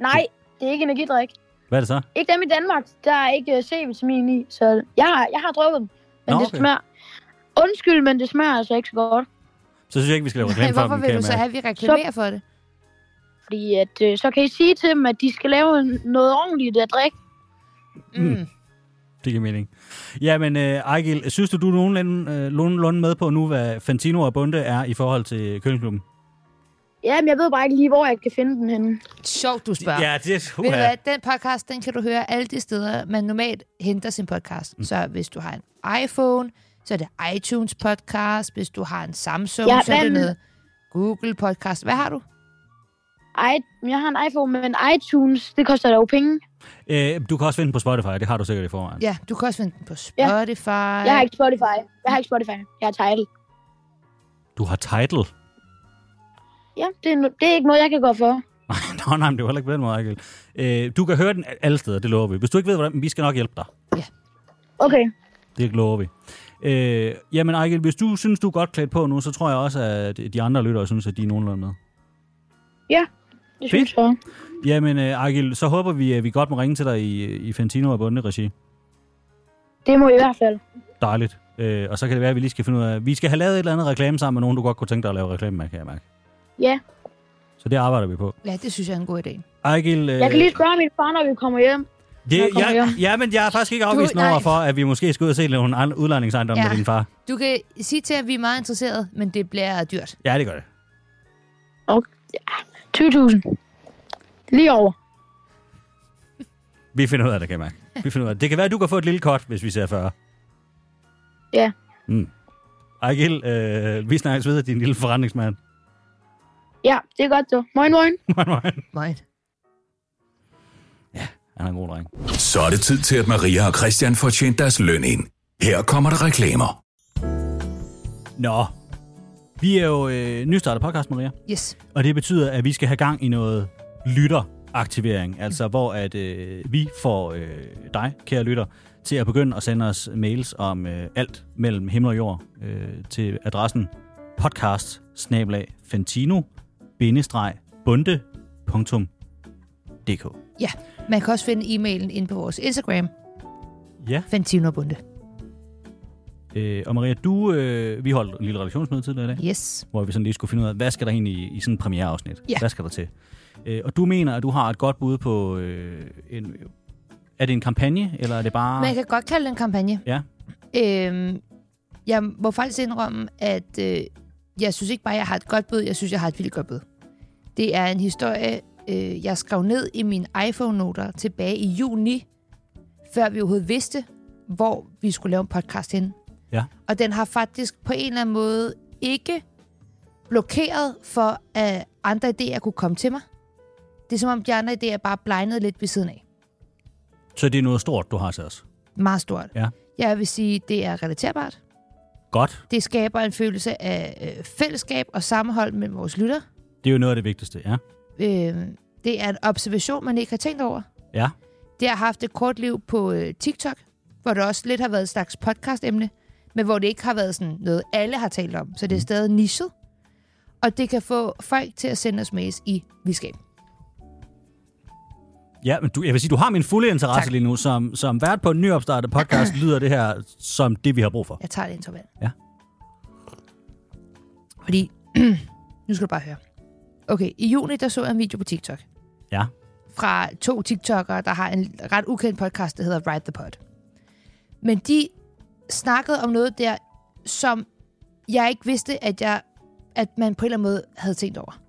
Speaker 5: Nej, det er ikke energidrik.
Speaker 1: Hvad er det så?
Speaker 5: Ikke dem i Danmark. Der er ikke øh, C-vitamin i, så jeg har, jeg har drukket dem. Men
Speaker 1: Nå,
Speaker 5: Nå, det
Speaker 1: okay.
Speaker 5: smager... Undskyld, men det smager altså ikke så godt.
Speaker 1: Så synes jeg ikke, vi skal lave
Speaker 2: Nej,
Speaker 1: reklame for
Speaker 2: hvorfor
Speaker 1: dem.
Speaker 2: vil
Speaker 1: kan
Speaker 2: du
Speaker 1: jeg
Speaker 2: så
Speaker 1: mærke.
Speaker 2: have, at vi reklamerer for det?
Speaker 5: Fordi at, øh, så kan I sige til dem, at de skal lave noget ordentligt at drikke.
Speaker 2: Mm.
Speaker 1: Det giver mening. Jamen, øh, Ejgil, synes du, du er nogenlunde, øh, nogenlunde med på nu, hvad Fantino og Bunde er i forhold til Køllingklubben?
Speaker 5: Ja, men jeg ved bare ikke lige, hvor jeg kan finde den henne.
Speaker 2: Sjovt, du spørger.
Speaker 1: Ja, det er...
Speaker 2: Ved du
Speaker 1: Uha.
Speaker 2: hvad, den podcast, den kan du høre alle de steder, man normalt henter sin podcast. Mm. Så hvis du har en iPhone, så er det iTunes podcast. Hvis du har en Samsung,
Speaker 5: Ja,
Speaker 2: ja, så er det
Speaker 5: men-
Speaker 2: noget Google podcast. Hvad har du?
Speaker 5: Ej, jeg har en iPhone, men iTunes, det koster jo penge.
Speaker 1: Øh, du kan også finde på Spotify, det har du sikkert i forvejen.
Speaker 2: Ja, du kan også finde den på
Speaker 5: Ja.
Speaker 2: Spotify. Ja.
Speaker 5: Jeg har ikke Spotify. Jeg har ikke Spotify. Jeg har Tidal.
Speaker 1: Du har Tidal.
Speaker 5: Ja, det er, no- det er ikke noget, jeg kan gå for.
Speaker 1: *laughs* Nå, nej, men det var heller ikke på den måde, Ejgil. Øh, du kan høre den alle steder, det lover vi. Hvis du ikke ved, hvordan, vi skal nok hjælpe dig.
Speaker 5: Okay.
Speaker 1: Det lover vi. Øh, jamen, Ejgil, hvis du synes, du er godt klædt på nu, så tror jeg også, at de andre lyttere synes, at de er nogenlunde med.
Speaker 5: Ja, det synes jeg.
Speaker 1: Jamen, øh, Ejgil, så håber vi, at vi godt må ringe til dig i, i Fantino og Bunde regi.
Speaker 5: Det må I, i hvert fald.
Speaker 1: Dejligt. Øh, og så kan det være, at vi lige skal finde ud af... Vi skal have lavet et eller andet reklame sammen med nogen, du godt kunne tænke dig at lave reklame med, kan jeg mærke.
Speaker 5: Ja.
Speaker 1: Så det arbejder vi på.
Speaker 2: ja, det synes jeg er en god idé.
Speaker 1: Ejgil... Øh,
Speaker 5: Jeg kan lige spørge min far, når vi kommer hjem. når jeg
Speaker 1: det,
Speaker 5: kommer
Speaker 1: jeg,
Speaker 5: hjem.
Speaker 1: ja, men jeg er faktisk ikke afvisende
Speaker 2: nej.
Speaker 1: over for, at vi måske skal ud og se nogle an- udlejningsejendomme ja.
Speaker 2: Ja.
Speaker 1: med din far.
Speaker 2: Du kan sige til, at vi er meget interesserede, men det bliver dyrt.
Speaker 1: Ja, det gør det.
Speaker 5: 20.000. Lige over.
Speaker 1: Vi finder ud af det, kan jeg mærke. Vi finder ud af det. Det kan være, at du kan få et lille kort, hvis vi ser 40.
Speaker 5: Ja.
Speaker 1: Mm. Ejgil, øh, vi snakkes ved, din lille forretningsmand. *laughs*
Speaker 5: Ja, det er godt så. Moin, moin.
Speaker 1: Moin, moin.
Speaker 2: Møjt.
Speaker 1: Han er en god dreng.
Speaker 3: Så er det tid til, at Maria og Christian får tjent deres løn ind. Her kommer der reklamer.
Speaker 1: Nå. Vi er jo øh, nystartet podcast, Maria.
Speaker 2: Yes.
Speaker 1: Og det betyder, at vi skal have gang i noget lytteraktivering, altså hvor at øh, vi får øh, dig, kære lytter, til at begynde at sende os mails om øh, alt mellem himmel og jord øh, til adressen podcast bundedk
Speaker 2: Ja, man kan også finde e-mailen inde på vores Instagram,
Speaker 1: Ja,
Speaker 2: Fantino Bunde.
Speaker 1: øh, og Maria, du, øh, vi holdt en lille relationsmøde tidligere i dag,
Speaker 2: Yes.
Speaker 1: hvor vi sådan lige skulle finde ud af, hvad skal der egentlig i, i sådan en premiereafsnit?
Speaker 2: Ja.
Speaker 1: Hvad skal der til? Øh, og du mener, at du har et godt bud på øh, en... Er det en kampagne, eller er det bare...
Speaker 2: Man kan godt kalde det en kampagne.
Speaker 1: Ah. Ja.
Speaker 2: Øhm, jeg må faktisk indrømme, at øh, jeg synes ikke bare, at jeg har et godt bud. Jeg synes, jeg har et vildt godt bud. Det er en historie, øh, jeg skrev ned i mine iPhone-noter tilbage i juni, før vi overhovedet vidste, hvor vi skulle lave en podcast hen.
Speaker 1: Ja.
Speaker 2: Og den har faktisk på en eller anden måde ikke blokeret for, at andre idéer kunne komme til mig. Det er som om de andre idéer bare blegnede lidt ved siden af.
Speaker 1: Så det er noget stort, du har til os.
Speaker 2: meget stort.
Speaker 1: Ja.
Speaker 2: Jeg vil sige, det er relaterbart.
Speaker 1: Godt.
Speaker 2: Det skaber en følelse af øh, fællesskab og sammenhold mellem vores lytter.
Speaker 1: Det er jo noget af det vigtigste, ja.
Speaker 2: Øh, det er en observation, man ikke har tænkt over.
Speaker 1: Ja.
Speaker 2: Det har haft et kort liv på øh, TikTok, hvor det også lidt har været et slags podcast-emne, men hvor det ikke har været sådan noget, alle har talt om. Så det
Speaker 1: Mm.
Speaker 2: er stadig nichet. Og det kan få folk til at sende os mails i vildskab.
Speaker 1: Ja, men du, jeg vil sige, du har min fulde interesse
Speaker 2: Tak.
Speaker 1: lige nu. Som, som vært på en nyopstartet
Speaker 2: *clears throat*
Speaker 1: podcast, lyder det her som det, vi har brug for.
Speaker 2: Jeg tager det interval.
Speaker 1: Ja.
Speaker 2: Fordi, *clears throat* nu skal du bare høre. Okay, i juni, der så jeg en video på TikTok.
Speaker 1: Ja.
Speaker 2: fra to TikTokere, der har en ret ukendt podcast, der hedder Ride the Pod. Men de snakkede om noget der, som jeg ikke vidste, at, jeg, at man på en eller anden måde havde tænkt over.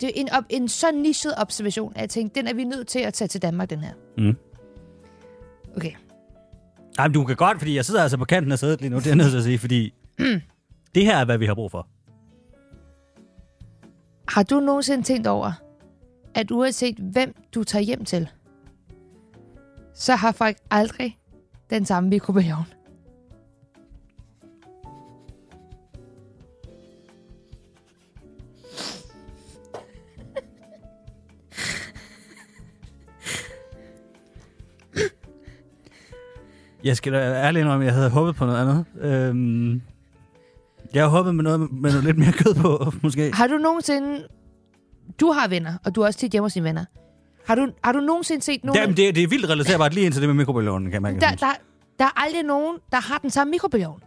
Speaker 2: Det er en, op, en så nichet observation, at jeg tænkte, den er vi nødt til at tage til Danmark, den her.
Speaker 1: Mm.
Speaker 2: Okay.
Speaker 1: Ej, men du kan godt, fordi jeg sidder altså på kanten af sædet lige nu, det er jeg nødt til at sige,
Speaker 2: *clears throat*
Speaker 1: fordi det her er, hvad vi har brug for.
Speaker 2: Har du nogensinde tænkt over, at uanset hvem du tager hjem til, så har folk aldrig den samme mikrobølgeovn.
Speaker 1: Jeg skal da ærligt indrømme, at jeg havde håbet på noget andet. Øhm, jeg havde håbet med noget, med noget lidt mere kød på, *laughs* måske.
Speaker 2: Har du nogensinde... Du har venner, og du er også tit hjemme hos dine venner. Har du, har du nogensinde set nogen...
Speaker 1: Jamen, det, det er vildt relaterbart lige indtil det med mikrobølgeovnen, kan man
Speaker 2: der, der, der er aldrig nogen, der har den samme mikrobølgeovn.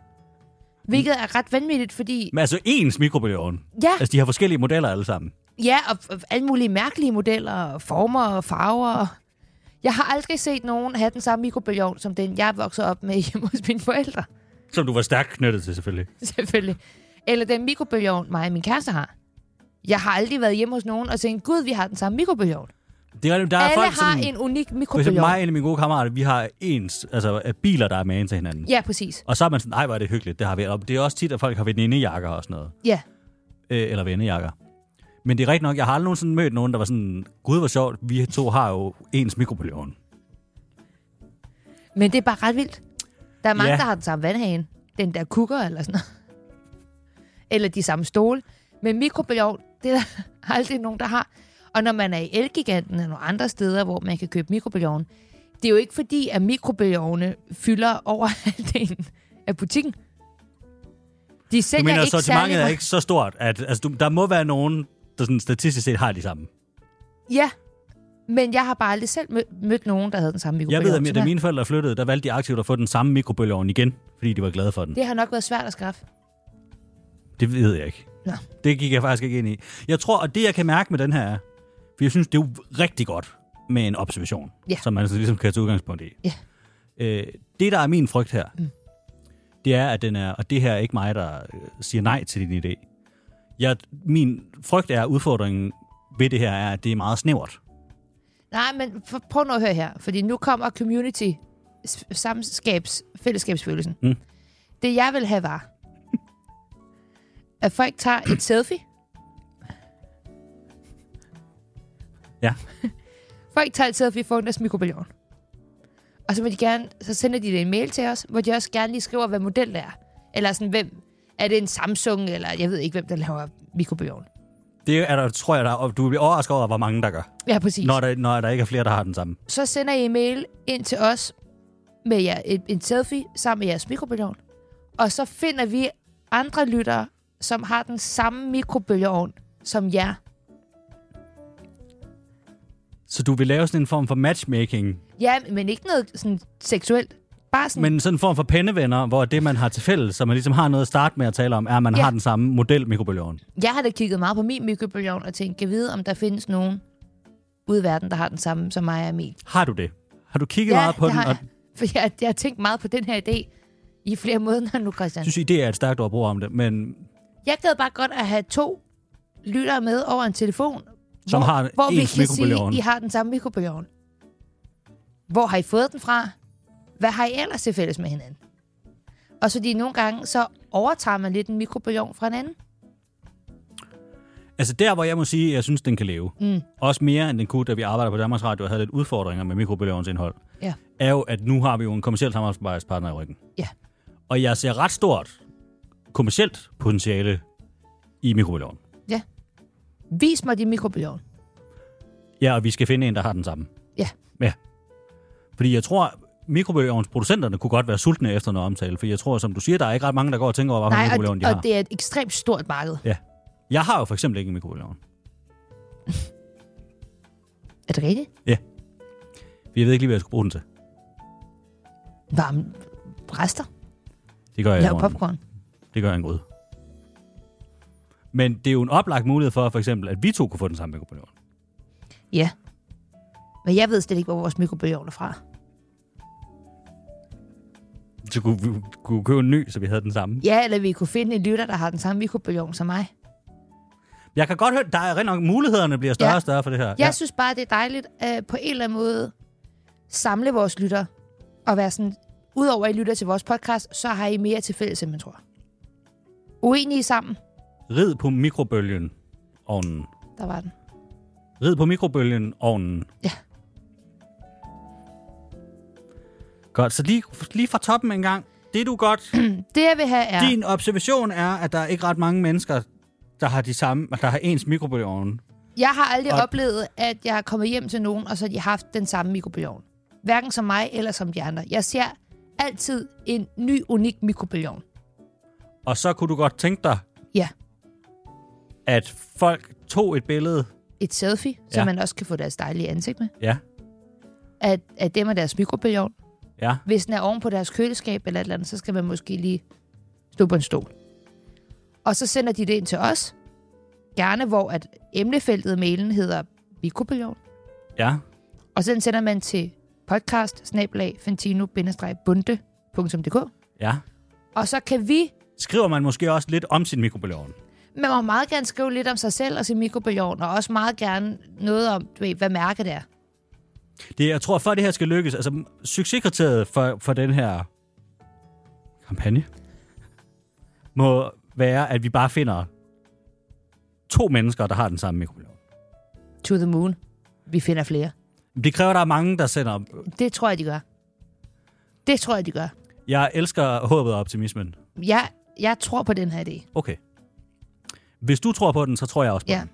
Speaker 2: Hvilket er ret vanvittigt, fordi...
Speaker 1: Men altså, ens mikrobølgeovn.
Speaker 2: Ja,
Speaker 1: Altså, de har forskellige modeller alle sammen.
Speaker 2: ja og, og alle mulige mærkelige modeller, og former og farver. og- Jeg har aldrig set nogen have den samme mikrobølgeovn, som den, jeg voksede op med *laughs* hjemme hos mine forældre. *laughs*
Speaker 1: Som du var stærkt knyttet til, selvfølgelig.
Speaker 2: Selvfølgelig. Eller den mikrobølgeovn, mig og min kæreste har. Jeg har aldrig været hjemme hos nogen og tænkt, gud, vi har den samme mikrobølgeovn.
Speaker 1: Det er, der er
Speaker 2: Alle
Speaker 1: folk,
Speaker 2: har
Speaker 1: sådan,
Speaker 2: en unik
Speaker 1: For eksempel mig og
Speaker 2: mikrobølgeovn.
Speaker 1: en af mine gode kammerater, vi har ens, altså øh, biler, der er magen til hinanden.
Speaker 2: Ja, præcis.
Speaker 1: Og så er man sådan, nej, hvor er det hyggeligt, det har vi. Og det er også tit, at folk har venindejakker og sådan noget.
Speaker 2: Ja.
Speaker 1: Øh, eller vennejakker. Men det er rigtigt nok, jeg har aldrig nogensinde mødt nogen, der var sådan, gud hvor sjovt, vi to har jo ens mikrobølgeovn.
Speaker 2: Men det er bare ret vildt. Der er mange,
Speaker 1: Ja.
Speaker 2: ja. der har den samme vandhane. Den der kukker eller sådan noget. Eller de samme stole. Men mikrobølgeovn, det er der *laughs* aldrig nogen, der har. Og når man er i Elgiganten eller nogle andre steder, hvor man kan købe mikrobølgeovn, det er jo ikke fordi, at mikrobølgeovne fylder over *laughs* halvdelen af butikken. De
Speaker 1: Du
Speaker 2: sælger
Speaker 1: mener,
Speaker 2: ikke særlig
Speaker 1: sortimentet er
Speaker 2: meget-
Speaker 1: ikke så stort, at altså, du, der må være nogen, der sådan, statistisk set har de samme.
Speaker 2: Ja, men jeg har bare aldrig selv mødt, mødt nogen, der havde den samme
Speaker 1: Jeg
Speaker 2: mikrobølgeovn.
Speaker 1: ved,
Speaker 2: som
Speaker 1: at da
Speaker 2: jeg.
Speaker 1: mine forældre flyttede, der valgte de aktivt at få den samme mikrobølgeovn igen, fordi de var glade for den.
Speaker 2: Det har nok været svært at skaffe.
Speaker 1: Det ved jeg ikke.
Speaker 2: Nå.
Speaker 1: Det gik jeg faktisk ikke ind i. Jeg tror, og det jeg kan mærke med den her er, for jeg synes, det er jo rigtig godt med en observation,
Speaker 2: Ja.
Speaker 1: som man så ligesom kan tage udgangspunkt i.
Speaker 2: Ja.
Speaker 1: Øh, det, der er min frygt her, mm. det er, at den er, og det her er ikke mig, der øh, siger nej til din idé. Jeg, min frygt er, at udfordringen ved det her er, at det er meget snævert.
Speaker 2: Nej, men for, prøv nu at høre her, fordi nu kommer community, s- samskabs, fællesskabsfølelsen.
Speaker 1: Mm.
Speaker 2: Det jeg vil have var, at folk tager et selfie.
Speaker 1: Ja.
Speaker 2: Folk tager et selfie foran deres mikrobølgeovn. Og så, vil de gerne, så sender de det en mail til os, hvor de også gerne lige skriver, hvad model det er. Eller sådan, hvem, er det en Samsung, eller jeg ved ikke, hvem der laver mikrobølgeovn.
Speaker 1: Det er der, tror jeg, der, og du bliver overrasket over, hvor mange der gør,
Speaker 2: Ja, præcis.
Speaker 1: når der, når der ikke er flere, der har den samme.
Speaker 2: så sender I en mail ind til os med jer, en, en selfie sammen med jeres mikrobølgeovn. Og så finder vi andre lyttere, som har den samme mikrobølgeovn som jer.
Speaker 1: Så du vil lave sådan en form for matchmaking
Speaker 2: Ja, men ikke noget sådan seksuelt. Bare sådan, men...
Speaker 1: Men sådan en form for pennevenner, hvor det, man har til fælles, så man ligesom har noget at starte med at tale om, er, at man ja.
Speaker 2: Ja.
Speaker 1: har den samme model mikrobølgeovn.
Speaker 2: jeg har da kigget meget på min mikrobølgeovn og tænkt, kan vide, om der findes nogen ude i verden, der har den samme som mig og min.
Speaker 1: Har du det? Har du kigget meget på
Speaker 2: det
Speaker 1: den?
Speaker 2: har
Speaker 1: Og
Speaker 2: jeg. For jeg, jeg har tænkt meget på den her idé i flere måneder nu, Christian.
Speaker 1: synes, idé er et stærkt ord at bruge om det, men
Speaker 2: Jeg gad bare godt at have to lyttere med over en telefon.
Speaker 1: Som
Speaker 2: hvor,
Speaker 1: har
Speaker 2: hvor vi
Speaker 1: ens
Speaker 2: kan sige,
Speaker 1: mikrobølgeovn.
Speaker 2: I har den samme mikrobølgeovn. Hvor har I fået den fra? Hvad har I ellers til fælles med hinanden? Og så de nogle gange, så overtager man lidt en mikrobølgeovn fra en anden.
Speaker 1: altså der, hvor jeg må sige, at jeg synes, den kan leve, mm. også mere end den kunne, da vi arbejder på Danmarks Radio og havde lidt udfordringer med mikrobølgeovns indhold,
Speaker 2: Ja.
Speaker 1: er jo, at nu har vi jo en kommersiel samarbejdspartner i ryggen.
Speaker 2: Ja.
Speaker 1: Og jeg ser ret stort kommersielt potentiale i mikrobølgeovn.
Speaker 2: Vis mig din mikrobølgeovn.
Speaker 1: Ja, og vi skal finde en, der har den samme.
Speaker 2: Ja.
Speaker 1: Ja. Fordi jeg tror, mikrobølgeovns producenterne kunne godt være sultne efter noget omtale, for jeg tror, som du siger, der er ikke ret mange, der går og tænker over, hvad
Speaker 2: Nej,
Speaker 1: mikrobølgeovn de
Speaker 2: og,
Speaker 1: har.
Speaker 2: og det er et ekstremt stort marked.
Speaker 1: Jeg har jo for eksempel ikke en mikrobølgeovn.
Speaker 2: Er det rigtigt?
Speaker 1: Jeg ved ikke lige, hvad jeg skulle bruge den til.
Speaker 2: Varme rester?
Speaker 1: Det gør jeg
Speaker 2: Lav
Speaker 1: i morgen.
Speaker 2: popcorn?
Speaker 1: Det gør jeg en gryde. Men det er jo en oplagt mulighed for, for eksempel, at vi to kunne få den samme mikrobølgeovn.
Speaker 2: Ja. Men jeg ved slet ikke, hvor vores mikrobølgeovn er fra.
Speaker 1: Så kunne vi kunne købe en ny, så vi havde den samme.
Speaker 2: Ja, eller vi kunne finde en lytter, der har den samme mikrobølgeovn som mig.
Speaker 1: Jeg kan godt høre, der er rent nok, mulighederne bliver større
Speaker 2: Ja.
Speaker 1: og større for det her.
Speaker 2: Jeg ja. synes bare, det er dejligt at på en eller anden måde samle vores lytter og være sådan, udover at I lytter til vores podcast, så har I mere til fælles, end man tror. Uenige sammen,
Speaker 1: Rid på mikrobølgen ovnen.
Speaker 2: der var den.
Speaker 1: Rid på mikrobølgen ovnen.
Speaker 2: Ja.
Speaker 1: Godt, så lige, lige fra toppen en gang. Det du godt.
Speaker 2: Det, jeg vil have, er...
Speaker 1: Din observation er, at der er ikke ret mange mennesker, der har de samme, der har ens mikrobølgeovn.
Speaker 2: Jeg har aldrig
Speaker 1: Og-
Speaker 2: og... oplevet, at jeg har kommet hjem til nogen, og så har de haft den samme mikrobølgeovn. Hverken som mig eller som de andre. Jeg ser altid en ny, unik mikrobølgeovn.
Speaker 1: Og så kunne du godt tænke dig,
Speaker 2: Ja,
Speaker 1: at folk tog et billede.
Speaker 2: et selfie, så
Speaker 1: Ja.
Speaker 2: man også kan få deres dejlige ansigt med.
Speaker 1: Ja,
Speaker 2: At, at dem er deres mikrobølgeovn.
Speaker 1: ja.
Speaker 2: Hvis den er oven på deres køleskab eller et eller andet, så skal man måske lige stå på en stol. Og så sender de det ind til os. Gerne, hvor at emnefeltet i mailen hedder mikrobølgeovn.
Speaker 1: Ja,
Speaker 2: Og så den sender man til podcast fantino-bunde.dk.
Speaker 1: ja.
Speaker 2: Og så kan vi,
Speaker 1: Skriver man måske også lidt om sin mikrobølgeovn.
Speaker 2: man må meget gerne skrive lidt om sig selv og sin mikrobølgeovn, og også meget gerne noget om, du ved, hvad mærket er.
Speaker 1: Det, jeg tror, for at det her skal lykkes, altså succeskriteriet for, for den her kampagne, må være, at vi bare finder to mennesker, der har den samme mikrobølgeovn.
Speaker 2: To the moon. Vi finder flere.
Speaker 1: Det kræver, at der er mange, der sender...
Speaker 2: Det tror jeg, de gør. Det tror jeg, de gør.
Speaker 1: Jeg elsker håbet og optimismen.
Speaker 2: Jeg, jeg tror på den her idé.
Speaker 1: Okay. Hvis du tror på den, så tror jeg også på
Speaker 2: Ja.
Speaker 1: den.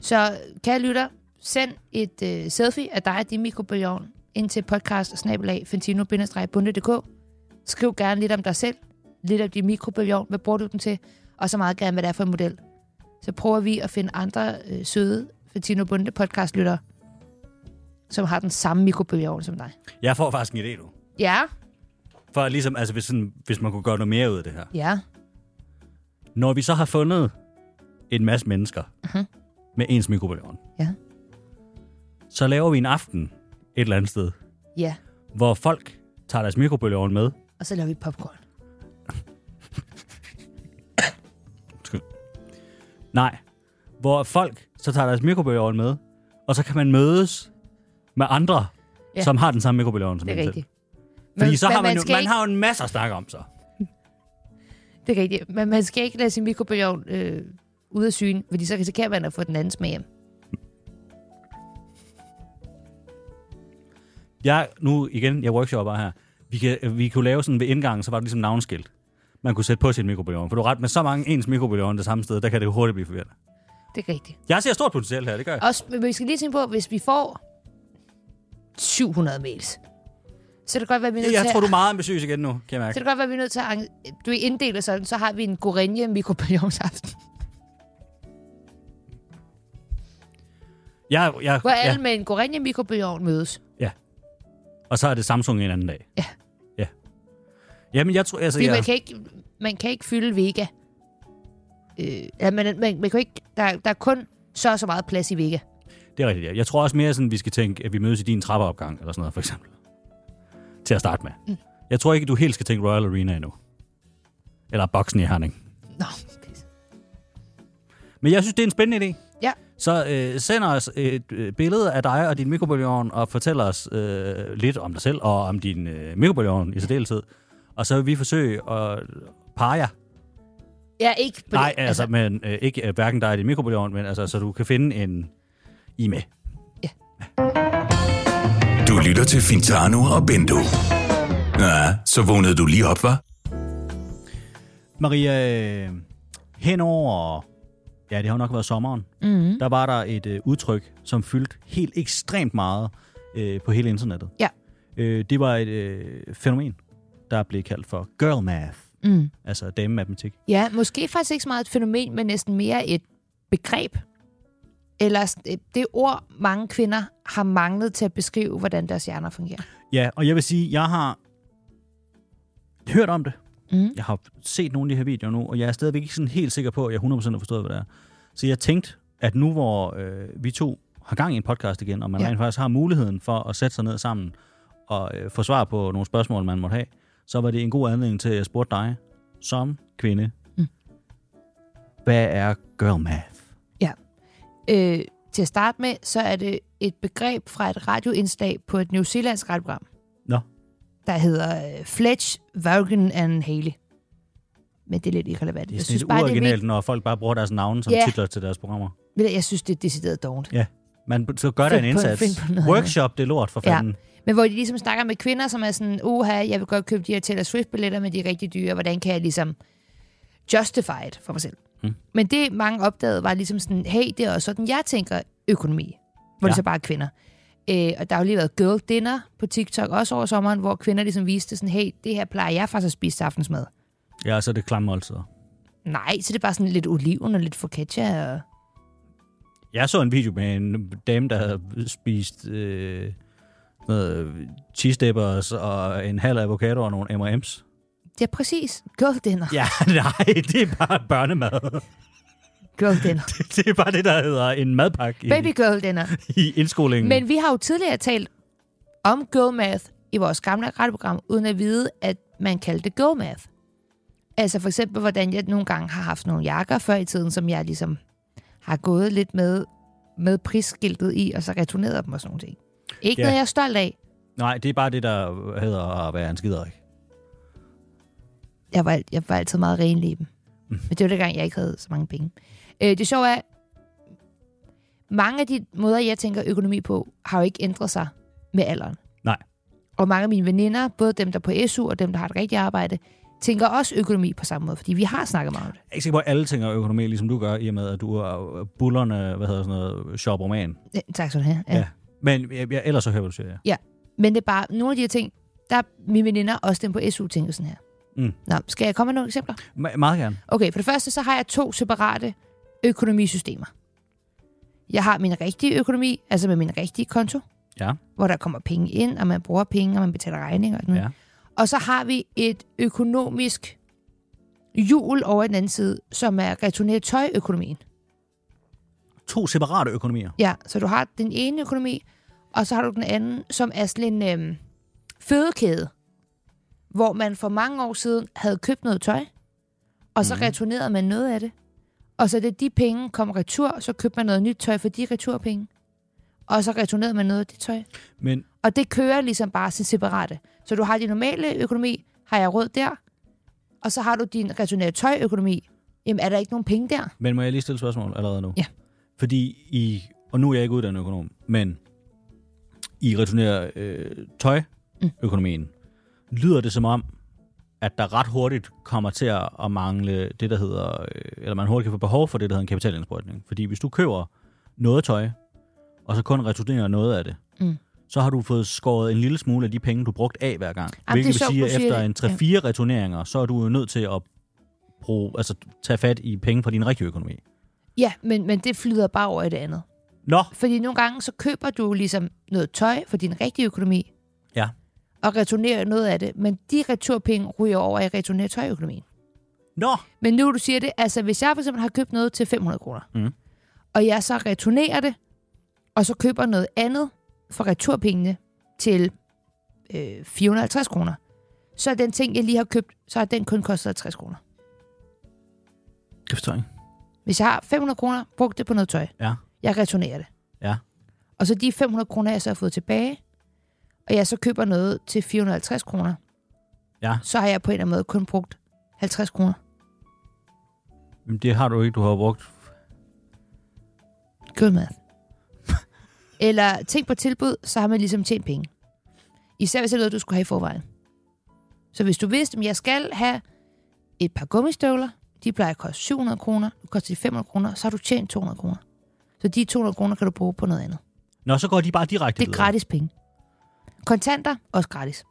Speaker 2: Så kære lytter, send et øh, selfie af dig og din mikrobølgeovn ind til podcast fantino bundedk Skriv gerne lidt om dig selv, lidt om din mikrobølgeovn, hvad bruger du den til, og så meget gerne, hvad det er for en model. Så prøver vi at finde andre øh, søde Fantino Bunde podcastlyttere, som har den samme mikrobølgeovn som dig.
Speaker 1: Jeg får faktisk en idé nu.
Speaker 2: Ja,
Speaker 1: For ligesom, altså hvis, sådan, hvis man kunne gøre noget mere ud af det her.
Speaker 2: ja.
Speaker 1: Når vi så har fundet en masse mennesker uh-huh. med ens mikrobølgeovn,
Speaker 2: Mhm. Ja.
Speaker 1: så laver vi en aften et eller andet sted,
Speaker 2: Ja,
Speaker 1: hvor folk tager deres mikrobølgeovn med.
Speaker 2: og så laver vi popcorn.
Speaker 1: Undskyld. Nej. Hvor folk så tager deres mikrobølgeovn med, og så kan man mødes med andre,
Speaker 2: Ja.
Speaker 1: ja. som har den samme mikrobølgeovn som
Speaker 2: Det
Speaker 1: en
Speaker 2: er
Speaker 1: selv.
Speaker 2: rigtigt.
Speaker 1: Fordi så har man, jo,
Speaker 2: skal
Speaker 1: man
Speaker 2: ikke-
Speaker 1: har jo en masse at snakke om så.
Speaker 2: Det er rigtigt. Men man skal ikke lade sin mikrobølgeovn øh, ud af syne, fordi så risikerer man at få den andens med hjem.
Speaker 1: Jeg, nu igen, jeg workshopper her. Vi, kan, vi kunne lave sådan ved indgangen, så var det ligesom navnskilt. Man kunne sætte på sin mikrobølgeovn. For du har ret med så mange ens mikrobølgeovn det samme sted, der kan det hurtigt blive forvirrende.
Speaker 2: Det er rigtigt.
Speaker 1: Jeg ser stort potentiale her, det gør jeg.
Speaker 2: Også, men vi skal lige tænke på, hvis vi får 700 mails, så kan det godt være, at vi er nødt
Speaker 1: Jeg
Speaker 2: til
Speaker 1: tror, du
Speaker 2: at,
Speaker 1: er meget ambitiøs igen nu, kan jeg
Speaker 2: så kan
Speaker 1: mærke.
Speaker 2: det godt være, at vi er nødt til at arrange- du er inddele sådan, så har vi en gorenje mikrobølgeovnsaften,
Speaker 1: Jeg, jeg,
Speaker 2: *laughs* hvor alle
Speaker 1: ja,
Speaker 2: med en gorenje mikrobølgeovn mødes.
Speaker 1: og så er det Samsung en anden dag.
Speaker 2: Ja.
Speaker 1: Ja. Jamen, jeg tror, altså,
Speaker 2: Fordi ja. man,
Speaker 1: jeg,
Speaker 2: kan ikke, man kan ikke fylde Vega. Øh, ja, man, man, man kan ikke, der, der er kun så og så meget plads i Vega.
Speaker 1: det er rigtigt. Ja. Jeg tror også mere, sådan, vi skal tænke, at vi mødes i din trappeopgang, eller sådan noget, for eksempel. Til at starte med. Mm. Jeg tror ikke, du helt skal tænke Royal Arena endnu. Eller boksen i Herning.
Speaker 2: Nå, pis.
Speaker 1: Men jeg synes, det er en spændende idé.
Speaker 2: Ja.
Speaker 1: Så øh, send os et øh, billede af dig og din mikrobølgeovn, og fortæl os øh, lidt om dig selv og om din øh, mikrobølgeovn i særdeleshed. Og så vil vi forsøge at pare jer.
Speaker 2: Ja, ikke på
Speaker 1: Nej,
Speaker 2: det.
Speaker 1: altså, altså men, øh, ikke øh, hverken dig og din mikrobølgeovn, men altså, så du kan finde en i med.
Speaker 3: Du lytter til Fintano og Bendo. Ja, så vågnede du lige op, var?
Speaker 1: Maria, øh, henover, ja, det har jo nok været sommeren, mm-hmm. der var der et øh, udtryk, som fyldte helt ekstremt meget øh, på hele internettet.
Speaker 2: Ja.
Speaker 1: Øh, det var et øh, fænomen, der blev kaldt for girl math,
Speaker 2: Mm.
Speaker 1: altså damematematik.
Speaker 2: Ja, måske faktisk ikke så meget et fænomen, men næsten mere et begreb. Eller s- det- det ord, mange kvinder har manglet til at beskrive, hvordan deres hjerner fungerer.
Speaker 1: Ja, og jeg vil sige, jeg har hørt om det.
Speaker 2: Mm.
Speaker 1: Jeg har set nogle af de her videoer nu, og jeg er stadigvæk ikke sådan helt sikker på, at jeg 100% har forstået, hvad det er. Så jeg tænkte, at nu hvor øh, vi to har gang i en podcast igen, og man
Speaker 2: Ja.
Speaker 1: ja. rent faktisk har muligheden for at sætte sig ned sammen og øh, få svar på nogle spørgsmål, man måtte have, så var det en god anledning til, at jeg spurgte dig som kvinde,
Speaker 2: Mm.
Speaker 1: hvad er girl math?
Speaker 2: Øh, til at starte med, så er det et begreb fra et radioindslag på et newzealandsk radioprogram,
Speaker 1: Nå,
Speaker 2: der hedder øh, Fletch, Vaughan and Haley. Men det er lidt irrelevant.
Speaker 1: det er sådan lidt uoriginalt, når folk bare bruger deres navne som
Speaker 2: Ja.
Speaker 1: titler til deres programmer.
Speaker 2: vigt- ved du, jeg synes, det er decideret dårligt.
Speaker 1: Ja, Man, så gør der en
Speaker 2: Find på-
Speaker 1: indsats.
Speaker 2: find på noget
Speaker 1: Workshop, det er lort for
Speaker 2: Ja.
Speaker 1: fanden.
Speaker 2: Men hvor de ligesom snakker med kvinder, som er sådan, uha, jeg vil godt købe de her Taylor Swift-billetter, men de er rigtig dyre. Hvordan kan jeg ligesom justify it for mig selv?
Speaker 1: Mm.
Speaker 2: Men det mange opdagede var ligesom sådan, hey, det er også sådan, jeg tænker økonomi.
Speaker 1: Ja.
Speaker 2: Hvor ja. det så bare er kvinder. Øh, og der har jo lige været girl dinner på TikTok, også over sommeren, hvor kvinder ligesom viste sådan, hey, det her plejer jeg faktisk at spise til aftensmad.
Speaker 1: Ja, og så er det klamme måltider.
Speaker 2: Nej, så det er bare sådan lidt oliven og lidt focaccia. Og...
Speaker 1: Jeg så en video med en dame, der havde spist øh, noget cheese dippers og en halv avocado og nogle M&M's.
Speaker 2: Ja, præcis. Girl dinner.
Speaker 1: *laughs* Ja, nej, det er bare børnemad.
Speaker 2: Girl dinner.
Speaker 1: *laughs* Det er bare det, der hedder en madpakke i,
Speaker 2: Baby girl dinner.
Speaker 1: i indskolingen.
Speaker 2: Men vi har jo tidligere talt om girl math i vores gamle radioprogram, uden at vide, at man kaldte det girl math. Altså for eksempel, hvordan jeg nogle gange har haft nogle jakker før i tiden, som jeg ligesom har gået lidt med, med prisskiltet i, og så returneret dem og sådan nogle ting. Ikke
Speaker 1: Ja.
Speaker 2: ja. noget, jeg er stolt af.
Speaker 1: Nej, det er bare det, der hedder at være en skiderik.
Speaker 2: Jeg var, jeg var altid meget renlig i dem.
Speaker 1: Mm.
Speaker 2: Men det var dengang, jeg ikke havde så mange penge. Øh, det sjove er, mange af de måder, jeg tænker økonomi på, har jo ikke ændret sig med alderen.
Speaker 1: Nej.
Speaker 2: Og mange af mine veninder, både dem, der er på SU og dem, der har et rigtigt arbejde, tænker også økonomi på samme måde, fordi vi har snakket meget om det.
Speaker 1: Jeg er ikke sikker på, at alle tænker økonomi, ligesom du gør, i og med, at du er bullerne, hvad hedder sådan noget, shoproman.
Speaker 2: Ja, tak skal du have.
Speaker 1: Ja. Men jeg, jeg, ellers så hører jeg, hvad du siger, ja.
Speaker 2: Men det er bare nogle af de her ting, der er mine veninder, også dem på SU, tænker sådan her.
Speaker 1: Mm.
Speaker 2: Nå, skal jeg komme med nogle eksempler?
Speaker 1: Me- meget gerne.
Speaker 2: Okay, for det første, så har jeg to separate økonomisystemer. Jeg har min rigtige økonomi, altså med min rigtige konto,
Speaker 1: Ja.
Speaker 2: hvor der kommer penge ind, og man bruger penge, og man betaler regninger og sådan noget.
Speaker 1: Ja.
Speaker 2: Og så har vi et økonomisk hjul over i den anden side, som er returneret tøjøkonomien.
Speaker 1: To separate økonomier.
Speaker 2: Ja, så du har den ene økonomi, og så har du den anden, som er sådan en øhm, fødekæde, hvor man for mange år siden havde købt noget tøj, og så mm. returnerede man noget af det. Og så da de penge kom retur, så købte man noget nyt tøj for de returpenge. Og så returnerede man noget af det tøj.
Speaker 1: Men
Speaker 2: Og det kører ligesom bare sin separate. Så du har din normale økonomi, har jeg råd der, og så har du din returnerede tøjøkonomi. Jamen, er der ikke nogen penge der?
Speaker 1: Men må jeg lige stille et spørgsmål allerede nu?
Speaker 2: Ja.
Speaker 1: Fordi I, og nu er jeg ikke uddannet økonom, men I returnerer øh,
Speaker 2: Mm.
Speaker 1: tøjøkonomien. Lyder det som om, at der ret hurtigt kommer til at at mangle det, der hedder, øh, eller man hurtigt kan få behov for det, der hedder en kapitalindsprøjtning. Fordi hvis du køber noget tøj, og så kun returnerer noget af det,
Speaker 2: Mm.
Speaker 1: så har du fået skåret en lille smule af de penge, du brugte af hver gang.
Speaker 2: det er
Speaker 1: Hvilket vil
Speaker 2: sjovt,
Speaker 1: sige,
Speaker 2: du
Speaker 1: at efter
Speaker 2: siger det.
Speaker 1: en 3-4 returneringer, så er du jo nødt til at bruge, altså, tage fat i penge fra din rigtige økonomi.
Speaker 2: Ja, men, men det flyder bare over i det andet.
Speaker 1: Nå,
Speaker 2: Fordi nogle gange, så køber du ligesom noget tøj for din rigtige økonomi.
Speaker 1: Ja.
Speaker 2: Og returnerer noget af det. Men de returpenge ryger over i returneret tøjøkonomien.
Speaker 1: nå,
Speaker 2: Men nu du siger det, altså hvis jeg for eksempel har købt noget til 500 kroner,
Speaker 1: Mhm.
Speaker 2: og jeg så returnerer det, og så køber noget andet for returpengene til øh, 450 kroner, så er den ting, jeg lige har købt, så har den kun kostet 60 kroner.
Speaker 1: det forstår jeg ikke.
Speaker 2: Hvis jeg har 500 kroner, brugt det på noget tøj,
Speaker 1: Ja.
Speaker 2: jeg returnerer det.
Speaker 1: Ja.
Speaker 2: Og så de 500 kroner, jeg så har fået tilbage, og jeg så køber noget til 450 kroner,
Speaker 1: Ja.
Speaker 2: så har jeg på en eller anden måde kun brugt 50 kroner.
Speaker 1: Men det har du ikke, du har brugt.
Speaker 2: Good
Speaker 1: *laughs*
Speaker 2: math. eller tænk på tilbud, så har man ligesom tjent penge. Især hvis det er noget, du skulle have i forvejen. Så hvis du vidste, at jeg skal have et par gummistøvler, de plejer at koste 700 kroner, nu koster de 500 kroner, så har du tjent 200 kroner. Så de 200 kroner kan du bruge på noget andet.
Speaker 1: Nå, så går de bare direkte
Speaker 2: Det er
Speaker 1: videre.
Speaker 2: gratis penge. Kontanter, også gratis.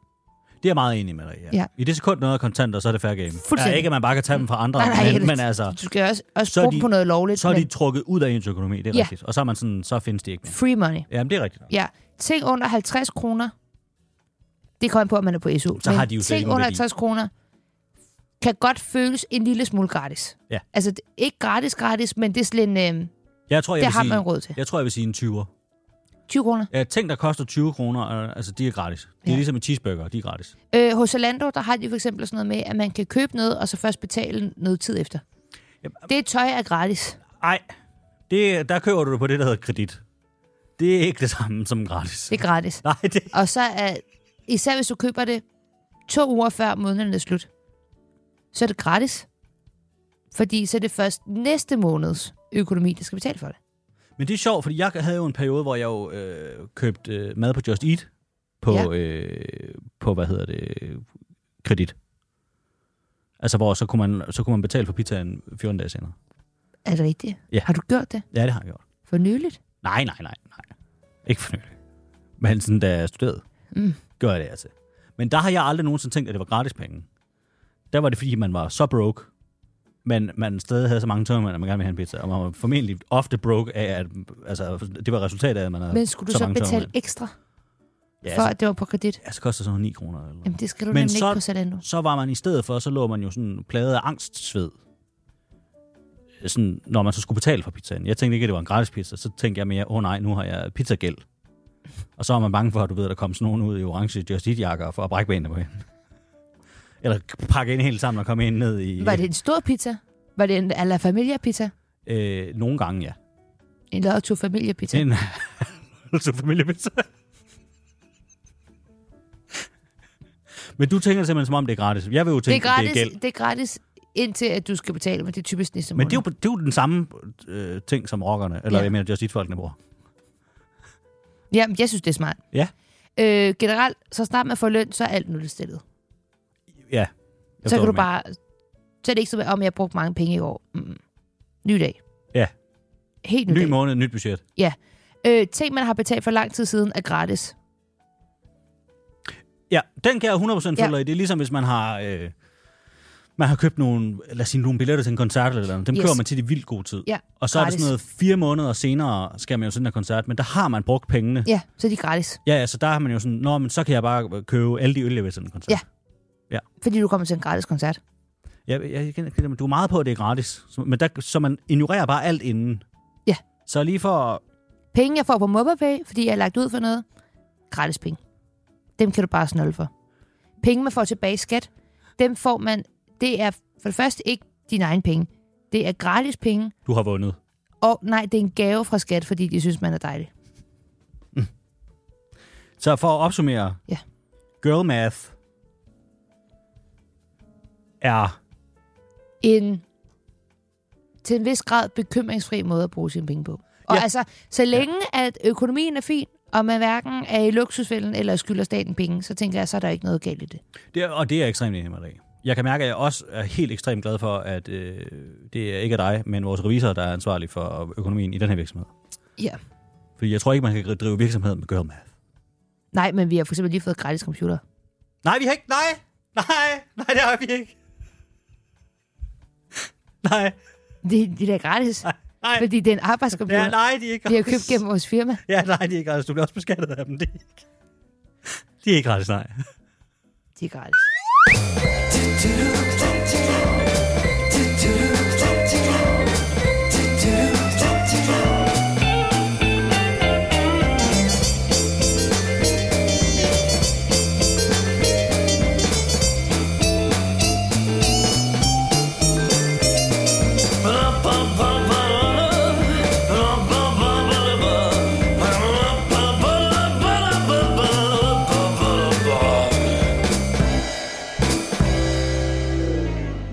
Speaker 1: Det er jeg meget enig med dig. Ja.
Speaker 2: Ja.
Speaker 1: I det sekund noget er kontanter, så er det fair game.
Speaker 2: Fuldstændig.
Speaker 1: Ja, ikke, at man bare kan tage dem fra andre,
Speaker 2: Nej, nej,
Speaker 1: men,
Speaker 2: det-
Speaker 1: men altså,
Speaker 2: Du skal også, også
Speaker 1: Så er
Speaker 2: bruge dem
Speaker 1: de-
Speaker 2: på noget lovligt.
Speaker 1: så er de
Speaker 2: men
Speaker 1: trukket ud af ens økonomi, det er
Speaker 2: Ja.
Speaker 1: rigtigt. Og så er man sådan, så findes de ikke mere.
Speaker 2: Free money.
Speaker 1: Jamen, det er rigtigt. nok.
Speaker 2: Ja. Ting under 50 kroner, det kommer an på, at man er på SU.
Speaker 1: Så
Speaker 2: men
Speaker 1: har de jo slet
Speaker 2: ting
Speaker 1: ikke
Speaker 2: under
Speaker 1: nogen værdi.
Speaker 2: 50 kroner kan godt føles en lille smule gratis.
Speaker 1: Ja.
Speaker 2: Altså, det- ikke gratis gratis, men det er sådan en... Øh,
Speaker 1: Jeg tror, jeg
Speaker 2: Det
Speaker 1: vil
Speaker 2: har
Speaker 1: sige,
Speaker 2: man råd til.
Speaker 1: Jeg tror, jeg vil sige en 20'er.
Speaker 2: 20 kroner.
Speaker 1: Ja, ting, der koster 20 kroner, øh, altså de er gratis. Det er
Speaker 2: Ja.
Speaker 1: ligesom en cheeseburger, de er gratis.
Speaker 2: Øh, hos Zalando, der har de for eksempel sådan noget med, at man kan købe noget, og så først betale noget tid efter.
Speaker 1: Jamen,
Speaker 2: Det tøj er gratis.
Speaker 1: Ej, det, der køber du det på det, der hedder kredit. Det er ikke det samme som gratis.
Speaker 2: Det er gratis.
Speaker 1: Nej, det,
Speaker 2: Og så er, især hvis du køber det to uger før måneden er slut, så er det gratis. Fordi så er det først næste måneds økonomi, der skal betale for det.
Speaker 1: Men det er sjovt, fordi jeg havde jo en periode, hvor jeg jo øh, købte øh, mad på Just Eat på,
Speaker 2: Ja.
Speaker 1: ja. øh, på hvad hedder det, kredit. Altså, hvor så kunne man, så kunne man betale for pizzaen 14 dage senere.
Speaker 2: Er det rigtigt?
Speaker 1: Ja.
Speaker 2: Har du gjort det
Speaker 1: Ja, det har jeg gjort.
Speaker 2: for nyligt?
Speaker 1: Nej, nej, nej, nej. Ikke for nylig. Men sådan, da jeg studerede,
Speaker 2: Mm.
Speaker 1: mm. gjorde jeg det altså. Men der har jeg aldrig nogensinde tænkt, at det var gratis penge. Der var det, fordi man var så broke, men man stadig havde så mange tømmermænd, at man gerne ville have en pizza. Og man var formentlig ofte broke af, at altså, det var resultatet af, at man havde
Speaker 2: Men skulle du
Speaker 1: så
Speaker 2: så,
Speaker 1: mange
Speaker 2: betale
Speaker 1: tømmermænd.
Speaker 2: ekstra,
Speaker 1: Ja,
Speaker 2: for
Speaker 1: så,
Speaker 2: at det var på kredit?
Speaker 1: ja, så koster det sådan noget 9 kroner. Eller.
Speaker 2: Jamen, det skal du
Speaker 1: Men
Speaker 2: nemlig ikke
Speaker 1: så-
Speaker 2: på Zalando.
Speaker 1: Så var man i stedet for, så lå man jo sådan plaget af angstsved. Sådan, når man så skulle betale for pizzaen. Jeg tænkte ikke, at det var en gratis pizza. Så tænkte jeg mere, åh oh, nej, nu har jeg pizzagæld. Og så er man bange for, at du ved, at der kom sådan nogen ud i orange Just Eat-jakker for at brække benene på hende. Eller pakke ind helt sammen og komme ind ned i...
Speaker 2: Var det en stor pizza? Var det en alla familia pizza?
Speaker 1: Øh, nogle gange, ja.
Speaker 2: En lotto familia pizza?
Speaker 1: En så familiepizza. Men du tænker det simpelthen, som om det er gratis. Jeg vil jo
Speaker 2: det, er
Speaker 1: tænke,
Speaker 2: gratis,
Speaker 1: at det er gæld.
Speaker 2: det er gratis, indtil at du skal betale, men det er typisk næste måned.
Speaker 1: Men det er, jo, det er jo den samme øh, ting som rockerne, eller
Speaker 2: Ja.
Speaker 1: ja. jeg mener Just Eat-folkene bruger.
Speaker 2: Jamen, jeg synes, det er smart.
Speaker 1: Ja.
Speaker 2: Øh, generelt, så snart man får løn, så er alt nullestillet.
Speaker 1: Ja. jeg
Speaker 2: Så
Speaker 1: forstår,
Speaker 2: kan du
Speaker 1: hvad mener.
Speaker 2: bare... Så er det ikke så, om jeg har brugt mange penge i år. Mm. Ny dag.
Speaker 1: Ja.
Speaker 2: Helt ny, ny
Speaker 1: Ny
Speaker 2: dag.
Speaker 1: måned, nyt budget.
Speaker 2: Øh, ting, man har betalt for lang tid siden, er gratis.
Speaker 1: Ja, den kan jeg 100% følge
Speaker 2: Ja.
Speaker 1: dig i. Det er ligesom, hvis man har... Øh, man har købt nogle, lad os sige, nogle billetter til en koncert eller noget. Dem
Speaker 2: Yes.
Speaker 1: yes. kører man til i vildt god tid.
Speaker 2: Ja,
Speaker 1: og så er det
Speaker 2: gratis.
Speaker 1: sådan noget, fire måneder senere skal man jo til den her koncert, men der har man brugt pengene.
Speaker 2: Ja, så er de gratis.
Speaker 1: Ja, ja, så der har man jo sådan, nå, men så kan jeg bare købe alle de øl, jeg vil til den koncert.
Speaker 2: Ja. Fordi du kommer til en gratis koncert.
Speaker 1: Ja, jeg, jeg kender, kender, men du er meget på, at det er gratis. Så, men der, så man ignorerer bare alt inden.
Speaker 2: Ja.
Speaker 1: Så lige for...
Speaker 2: Penge, jeg får på MobilePay, fordi jeg er lagt ud for noget. Gratis penge. Dem kan du bare snolde for. Penge, man får tilbage i skat, dem får man... Det er for det første ikke dine egne penge. Det er gratis penge,
Speaker 1: Du har vundet.
Speaker 2: og nej, det er en gave fra skat, fordi de synes, man er dejlig.
Speaker 1: Så for at opsummere.
Speaker 2: Ja.
Speaker 1: Girl math er...
Speaker 2: en til en vis grad bekymringsfri måde at bruge sine penge på. Og ja.
Speaker 1: Ja.
Speaker 2: altså, så længe ja. at økonomien er fin, og man hverken er i luksusfælden eller skylder staten penge, så tænker jeg, så er der ikke noget galt i det.
Speaker 1: Det, er- og det er jeg ekstremt enig med dig. i. Jeg kan mærke, at jeg også er helt ekstremt glad for, at øh, det er ikke er dig, men vores revisor, der er ansvarlig for økonomien i den her virksomhed.
Speaker 2: Ja.
Speaker 1: Fordi jeg tror ikke, man kan drive virksomhed med girl math.
Speaker 2: Nej, men vi har for eksempel lige fået gratis computer.
Speaker 1: Nej, vi har ikke... Nej! Nej! Nej, det har vi ikke. Nej,
Speaker 2: Det, det er da gratis,
Speaker 1: nej, nej.
Speaker 2: fordi det er en arbejdscomputer,
Speaker 1: Ja, nej, de er ikke
Speaker 2: vi har
Speaker 1: gratis.
Speaker 2: købt gennem vores firma.
Speaker 1: Ja, nej, de er ikke gratis. Du bliver også beskattet af dem. Det er ikke. De er ikke gratis, nej.
Speaker 2: De er gratis.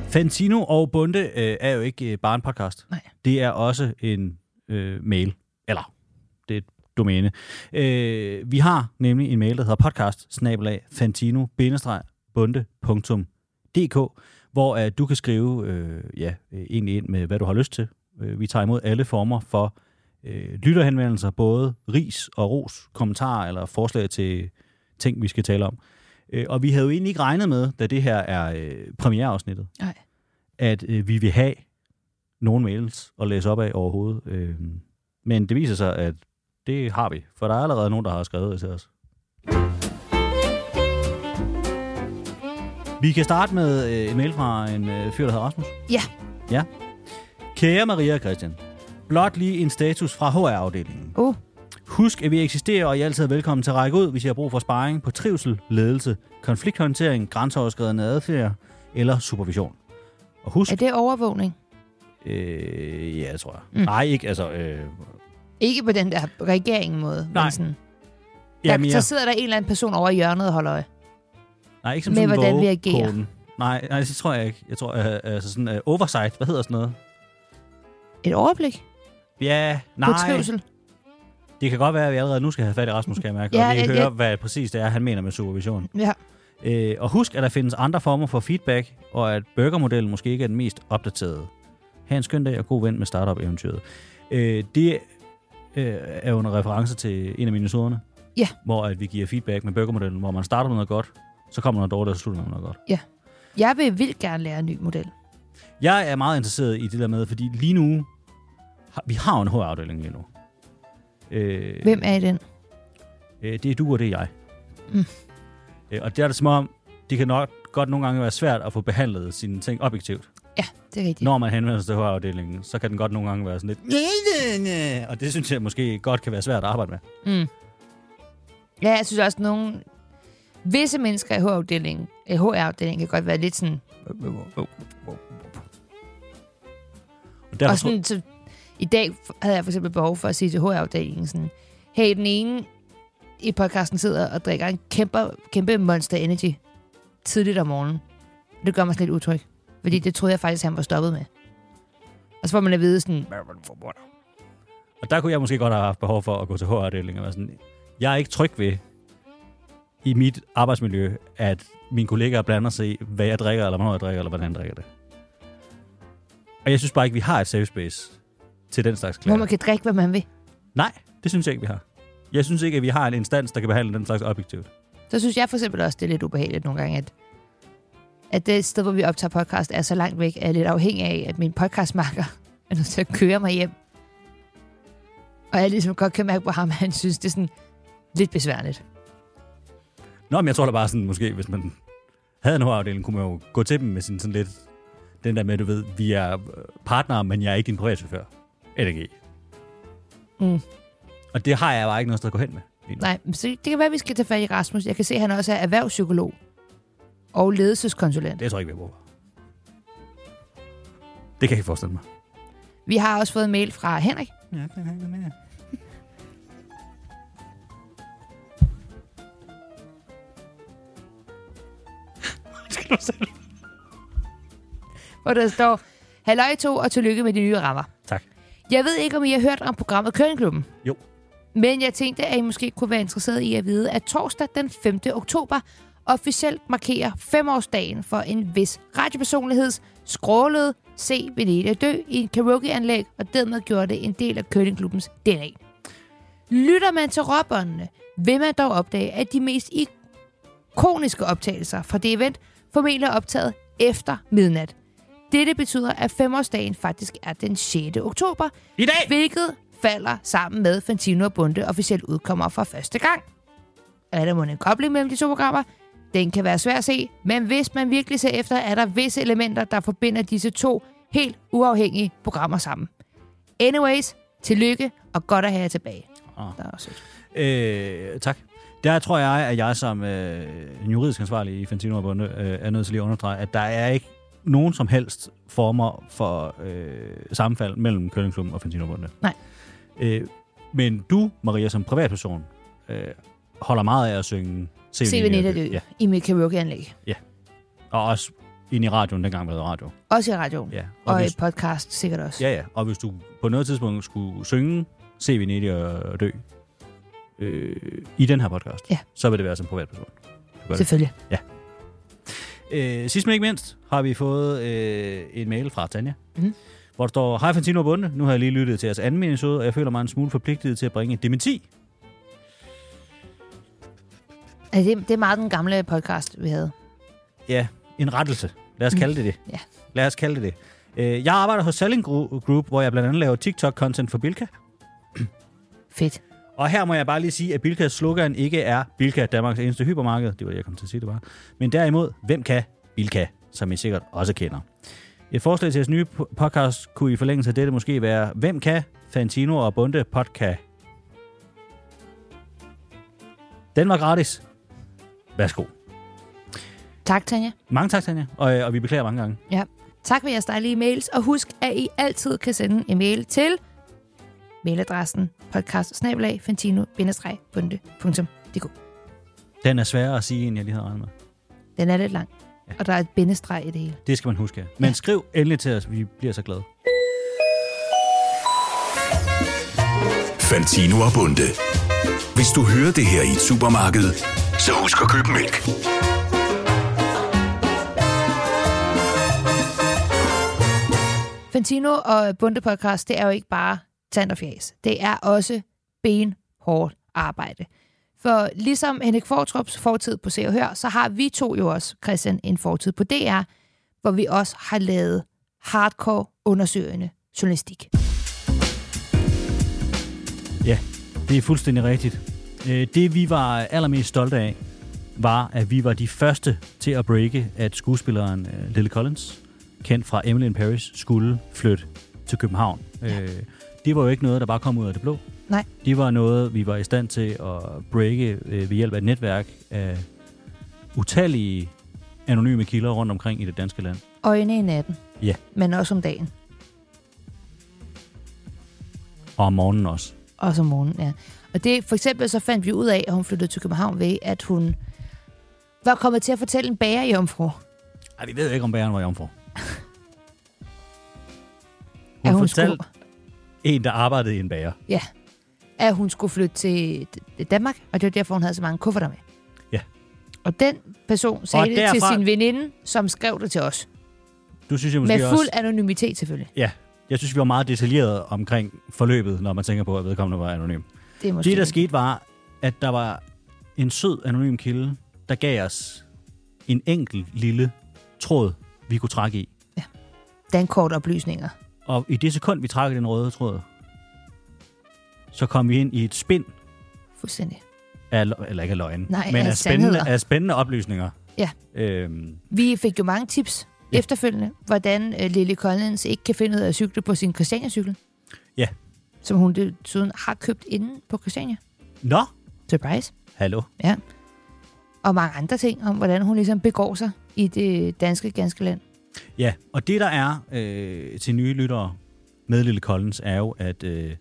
Speaker 1: Fantino og Bunde øh, er jo ikke øh, bare en podcast.
Speaker 2: Nej.
Speaker 1: Det er også en øh, mail. Eller, det er et domæne. Øh, vi har nemlig en mail, der hedder podcast fantino bundedk hvor øh, du kan skrive øh, ja, øh, egentlig ind med, hvad du har lyst til. Øh, vi tager imod alle former for øh, lytterhenvendelser, både ris og ros, kommentarer eller forslag til ting, vi skal tale om. Øh, og vi havde jo egentlig ikke regnet med, da det her er øh, premiereafsnittet,
Speaker 2: Nej.
Speaker 1: at øh, vi vil have nogle mails at læse op af overhovedet. Øh, men det viser sig, at det har vi, for der er allerede nogen, der har skrevet til os. Vi kan starte med øh, en mail fra en øh, fyr, der hedder Rasmus.
Speaker 2: Ja.
Speaker 1: Ja. Kære Maria og Christian, blot lige en status fra HR-afdelingen.
Speaker 2: Uh,
Speaker 1: Husk, at vi eksisterer, og I er altid velkommen til at række ud, hvis I har brug for sparring på trivsel, ledelse, konflikthåndtering, grænseoverskridende adfærd eller supervision. Og husk...
Speaker 2: er det overvågning?
Speaker 1: Øh, ja, det tror jeg.
Speaker 2: Mm.
Speaker 1: Mm. Nej, ikke altså... Øh,
Speaker 2: Ikke på den der regeringen-måde.
Speaker 1: Nej.
Speaker 2: Men sådan, der,
Speaker 1: jamen,
Speaker 2: så
Speaker 1: jeg,
Speaker 2: sidder der en eller anden person over i hjørnet og holder øje.
Speaker 1: nej, ikke som
Speaker 2: med,
Speaker 1: sådan en
Speaker 2: hvordan vi
Speaker 1: vågekoden.
Speaker 2: agerer.
Speaker 1: Nej, nej, det tror jeg ikke. Jeg tror, øh, altså sådan øh, oversight, hvad hedder sådan noget?
Speaker 2: Et overblik?
Speaker 1: Ja,
Speaker 2: på
Speaker 1: nej.
Speaker 2: trivsel.
Speaker 1: Det kan godt være, at vi allerede nu skal have fat i Rasmus, kan jeg mærke,
Speaker 2: Ja,
Speaker 1: og lige
Speaker 2: ja,
Speaker 1: høre,
Speaker 2: ja.
Speaker 1: hvad præcis det er, han mener med supervision.
Speaker 2: Ja.
Speaker 1: Øh, og husk, at der findes andre former for feedback, og at burgermodellen måske ikke er den mest opdaterede. Ha' en skøn dag og god ven med startup-eventyret. Øh, det øh, er jo en reference til en af mine soderne,
Speaker 2: Ja.
Speaker 1: hvor at vi giver feedback med burgermodellen, hvor man starter med noget godt, så kommer noget dårligt, og så slutter man med noget godt.
Speaker 2: Jeg vil vildt gerne lære en ny model.
Speaker 1: Jeg er meget interesseret i det der med, fordi lige nu, har- vi har jo en HR-afdeling lige nu. Øh,
Speaker 2: Hvem er i den?
Speaker 1: Øh, det er du, og det er jeg.
Speaker 2: Mm.
Speaker 1: Øh, og det er det som om, det kan nok godt nogle gange være svært at få behandlet sine ting objektivt.
Speaker 2: Ja, det er rigtigt.
Speaker 1: Når man henvender sig til HR-afdelingen, så kan den godt nogle gange være sådan lidt... "Næ, næ, næ." Og det synes jeg måske godt kan være svært at arbejde med.
Speaker 2: Mm. Ja, jeg synes også, at nogle... Visse mennesker i HR-afdelingen, eh, HR-afdelingen kan godt være lidt sådan...
Speaker 1: Og derfor,
Speaker 2: Og sådan så, I dag f- havde jeg for eksempel behov for at sige til HR-afdelingen sådan... Hey, den ene i podcasten sidder og drikker en kæmpe, kæmpe Monster Energy tidligt om morgenen. Og det gør mig sådan lidt utryg. Fordi det troede jeg faktisk, han var stoppet med. Og så får man at vide sådan...
Speaker 1: og der kunne jeg måske godt have haft behov for at gå til HR-afdelingen og være sådan... Jeg er ikke tryg ved i mit arbejdsmiljø, at mine kollegaer blander sig i, hvad jeg drikker, eller hvornår jeg drikker, eller hvordan jeg drikker det. Og jeg synes bare ikke, vi har et safe space til den slags
Speaker 2: Hvor
Speaker 1: klager.
Speaker 2: man kan drikke, hvad man vil.
Speaker 1: Nej, det synes jeg ikke, vi har. Jeg synes ikke, at vi har en instans, der kan behandle den slags objektivt.
Speaker 2: Så synes jeg for eksempel også, det er lidt ubehageligt nogle gange, at, at det sted, hvor vi optager podcast, er så langt væk, at jeg er lidt afhængig af, at min podcastmarker er nødt til at køre mig hjem. Og jeg ligesom godt kan mærke på ham, at han synes, det er sådan lidt besværligt.
Speaker 1: Nå, men jeg tror da bare sådan, måske hvis man havde en HR-afdeling, kunne man jo gå til dem med sådan, sådan lidt den der med, du ved, vi er øh, partnere, men jeg er ikke din privatchauffør. LG.
Speaker 2: Mm.
Speaker 1: Og det har jeg bare ikke noget sted at gå hen med. lige nu.
Speaker 2: Nej, men så det kan være, at vi skal tage fat i Rasmus. Jeg kan se, at han også er erhvervspsykolog og ledelseskonsulent.
Speaker 1: Det tror jeg ikke, vi har brug for. Det kan jeg ikke forestille mig.
Speaker 2: Vi har også fået en mail fra Henrik. Hvor der står, Halløj to, og tillykke med de nye rammer.
Speaker 1: Tak.
Speaker 2: Jeg ved ikke, om I har hørt om programmet Køringklubben.
Speaker 1: Jo.
Speaker 2: Men jeg tænkte, at I måske kunne være interesseret i at vide, at torsdag den 5. oktober officielt markerer femårsdagen for en vis radiopersonligheds skrålede Se Venedig dø i en karaokeanlæg, og dermed gjorde det en del af Køllingklubbens DNA. Lytter man til råbåndene, vil man dog opdage, at de mest ikoniske optagelser fra det event formentlig er optaget efter midnat. Dette betyder, at femårsdagen faktisk er den 6. oktober,
Speaker 1: I dag!
Speaker 2: hvilket falder sammen med Fantino og Bunde officielt udkommer for første gang. Er der måske en kobling mellem de to programmer? Den kan være svær at se, men hvis man virkelig ser efter, er der visse elementer, der forbinder disse to helt uafhængige programmer sammen. Anyways, tillykke og godt at have jer tilbage.
Speaker 1: Ah.
Speaker 2: Der er også et.
Speaker 1: Øh, tak. Der tror jeg, at jeg som øh, en juridisk ansvarlig i Fantino og Bunde, øh, er nødt til lige at understrege, at der er ikke nogen som helst former for øh, sammenfald mellem Køllingklubben og Fantino og Bunde.
Speaker 2: Nej.
Speaker 1: Øh, men du, Maria, som privatperson, øh, holder meget af at synge Se
Speaker 2: Se
Speaker 1: Venedig
Speaker 2: Veneta dø
Speaker 1: Ja,
Speaker 2: i mit karaokeanlæg.
Speaker 1: og også ind i radioen, dengang vi havde radio.
Speaker 2: Også i radioen.
Speaker 1: Ja. Og,
Speaker 2: Og i
Speaker 1: hvis,
Speaker 2: podcast sikkert også.
Speaker 1: ja, ja. og hvis du på noget tidspunkt skulle synge Se Venedig og dø øh, i den her podcast,
Speaker 2: Ja.
Speaker 1: så vil det være som privatperson. det.
Speaker 2: Selvfølgelig.
Speaker 1: Øh, sidst men ikke mindst har vi fået øh, en mail fra Tanja,
Speaker 2: Mhm.
Speaker 1: mm. hvor der står, Hej Fantino og Bunde, nu har jeg lige lyttet til jeres anden meningsude, og jeg føler mig en smule forpligtet til at bringe et dementi.
Speaker 2: Altså, det, det er meget den gamle podcast, vi havde.
Speaker 1: Ja, en rettelse. Lad os kalde det det.
Speaker 2: Mhm. Ja.
Speaker 1: Lad os kalde det det. Øh, jeg arbejder hos Selling Gru- Group, hvor jeg blandt andet laver TikTok-content for Bilka.
Speaker 2: Fedt.
Speaker 1: Og her må jeg bare lige sige, at Bilkas slogan ikke er Bilka, Danmarks eneste hypermarked. Det var det, jeg kom til at sige, det var. Men derimod, hvem kan Bilka, som I sikkert også kender. Et forslag til jeres nye po- podcast kunne i forlængelse af dette måske være, hvem kan Fantino og Bunde podcast? Den var gratis. Værsgo.
Speaker 2: Tak, Tanja.
Speaker 1: Mange tak, Tanja. Og, øh, og vi beklager mange gange.
Speaker 2: Ja. Tak for jeres dejlige mails, og husk, at I altid kan sende en mail til mailadressen podcast bundedk
Speaker 1: Den er sværere at sige, end jeg lige havde regnet med.
Speaker 2: Den er lidt lang, og der er et bindestreg i det hele.
Speaker 1: Det skal man huske. Men skriv endelig til os. Vi bliver så glade.
Speaker 3: Fantino og Bunde. Hvis du hører det her i et supermarked, så husk at købe mælk.
Speaker 2: Fantino og Bunde Podcast, det er jo ikke bare tand og fjas. Det er også benhårdt arbejde. For ligesom Henrik Fortrups fortid på Se og Hør, så har vi to jo også, Christian, en fortid på DR, hvor vi også har lavet hardcore undersøgende journalistik.
Speaker 1: Ja, det er fuldstændig rigtigt. Øh, Det vi var allermest stolte af, var, at vi var de første til at breake, at skuespilleren øh, Lily Collins, kendt fra Emily in Paris, skulle flytte til København. Øh, Det var jo ikke noget, der bare kom ud af det blå.
Speaker 2: Nej.
Speaker 1: Det var noget, vi var i stand til at breake øh, ved hjælp af et netværk af utallige anonyme kilder rundt omkring i det danske land.
Speaker 2: Øjne i natten.
Speaker 1: Ja.
Speaker 2: Men også om dagen.
Speaker 1: Og om morgenen også.
Speaker 2: Også om morgenen, ja. Og det, for eksempel så fandt vi ud af, at hun flyttede til København ved, at hun var kommet til at fortælle en bager i omfru,
Speaker 1: Ej, vi ved jo ikke, om bæren var jomfru.
Speaker 2: at
Speaker 1: Hun
Speaker 2: hun,
Speaker 1: fortalte
Speaker 2: skulle,
Speaker 1: en, der arbejdede i en bager.
Speaker 2: ja, at hun skulle flytte til D- Danmark, og det var derfor, hun havde så mange kufferter med.
Speaker 1: Ja.
Speaker 2: Og den person sagde
Speaker 1: Og
Speaker 2: det til
Speaker 1: derfra-
Speaker 2: sin veninde, som skrev det til os.
Speaker 1: Du synes jeg måske
Speaker 2: Med fuld
Speaker 1: også...
Speaker 2: anonymitet selvfølgelig.
Speaker 1: Ja, jeg synes, vi var meget detaljeret omkring forløbet, når man tænker på, at vedkommende var anonym.
Speaker 2: Det er måske
Speaker 1: Det, der skete, var, at der var en sød anonym kilde, der gav os en enkelt lille tråd, vi kunne trække i.
Speaker 2: dankort oplysninger.
Speaker 1: Og i det sekund, vi trak i den røde tråd, så kom vi ind i et spind
Speaker 2: Fuldstændig.
Speaker 1: af, lø- eller ikke af løgn,
Speaker 2: Nej,
Speaker 1: men
Speaker 2: af
Speaker 1: af spændende,
Speaker 2: sandheder.
Speaker 1: af spændende oplysninger.
Speaker 2: Ja.
Speaker 1: Øhm,
Speaker 2: Vi fik jo mange tips ja. efterfølgende, hvordan øh, Lily Collins ikke kan finde ud af at cykle på sin Christiania-cykel.
Speaker 1: Ja.
Speaker 2: Som hun desuden har købt inden på Christiania.
Speaker 1: nå,
Speaker 2: Surprise.
Speaker 1: hallo.
Speaker 2: Ja. Og mange andre ting om, hvordan hun ligesom begår sig i det danske, ganske land.
Speaker 1: Ja, og det der er øh, til nye lyttere med Lille Collins, er jo, at øh,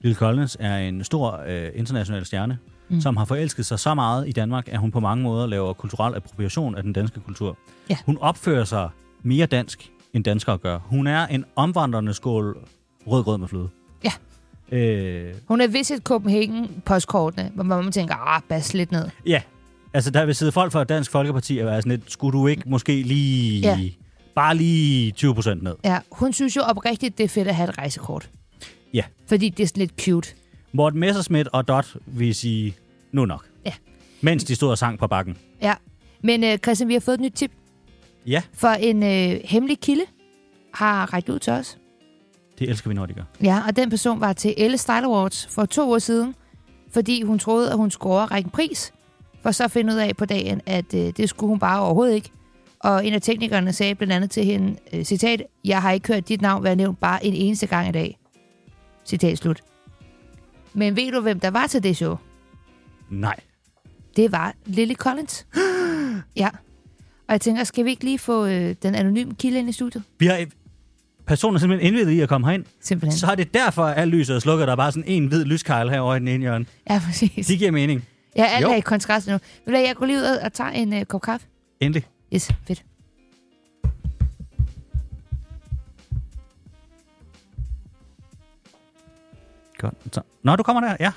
Speaker 1: Lille Collins er en stor øh, international stjerne, mm. som har forelsket sig så meget i Danmark, at hun på mange måder laver kulturel appropriation af den danske kultur.
Speaker 2: Ja.
Speaker 1: Hun opfører sig mere dansk, end danskere gør. Hun er en omvandrende skål rød-grød med fløde.
Speaker 2: Ja.
Speaker 1: Øh,
Speaker 2: Hun har visit Copenhagen postkortene, hvor man tænker, ah, bas lidt ned.
Speaker 1: ja, altså der vil sidde folk fra Dansk Folkeparti og være sådan lidt, skulle du ikke måske lige...
Speaker 2: Ja.
Speaker 1: Bare lige 20 procent ned.
Speaker 2: Ja, hun synes jo oprigtigt, det er fedt at have et rejsekort.
Speaker 1: Ja.
Speaker 2: Fordi det er sådan lidt cute.
Speaker 1: Morten Messerschmidt og Dot vil sige, nu nok.
Speaker 2: Ja.
Speaker 1: Mens de stod og sang på bakken.
Speaker 2: Ja. Men øh, Christian, vi har fået et nyt tip
Speaker 1: Ja,
Speaker 2: For en øh, hemmelig kilde har rækket ud til os.
Speaker 1: det elsker vi, når de gør.
Speaker 2: Ja, og den person var til Elle Style Awards for to år siden, fordi hun troede, at hun skulle overrække en pris, for så at finde ud af på dagen, at øh, det skulle hun bare overhovedet ikke. Og en af teknikerne sagde blandt andet til hende, øh, citat, jeg har ikke hørt dit navn være nævnt bare en eneste gang i dag. Citat slut. Men ved du, hvem der var til det show?
Speaker 1: Nej.
Speaker 2: Det var Lily
Speaker 1: *gasps*
Speaker 2: Collins. ja. Og jeg tænker, skal vi ikke lige få øh, den anonyme kilde ind i studiet?
Speaker 1: Vi har personer simpelthen indvidet i at komme herind.
Speaker 2: Simpelthen.
Speaker 1: Så er det derfor, at alt lyset er slukket. Der er bare sådan en hvid lyskejl herovre i den ene hjørne.
Speaker 2: Ja, præcis.
Speaker 1: Det giver mening.
Speaker 2: Ja, alt
Speaker 1: Jo.
Speaker 2: er i kontrast nu. Vil du, hvad, jeg går lige ud og- og tager en uh, kop kaffe?
Speaker 1: Endelig.
Speaker 2: Yes, fedt.
Speaker 1: Godt. Så. Nå, du kommer der. Ja.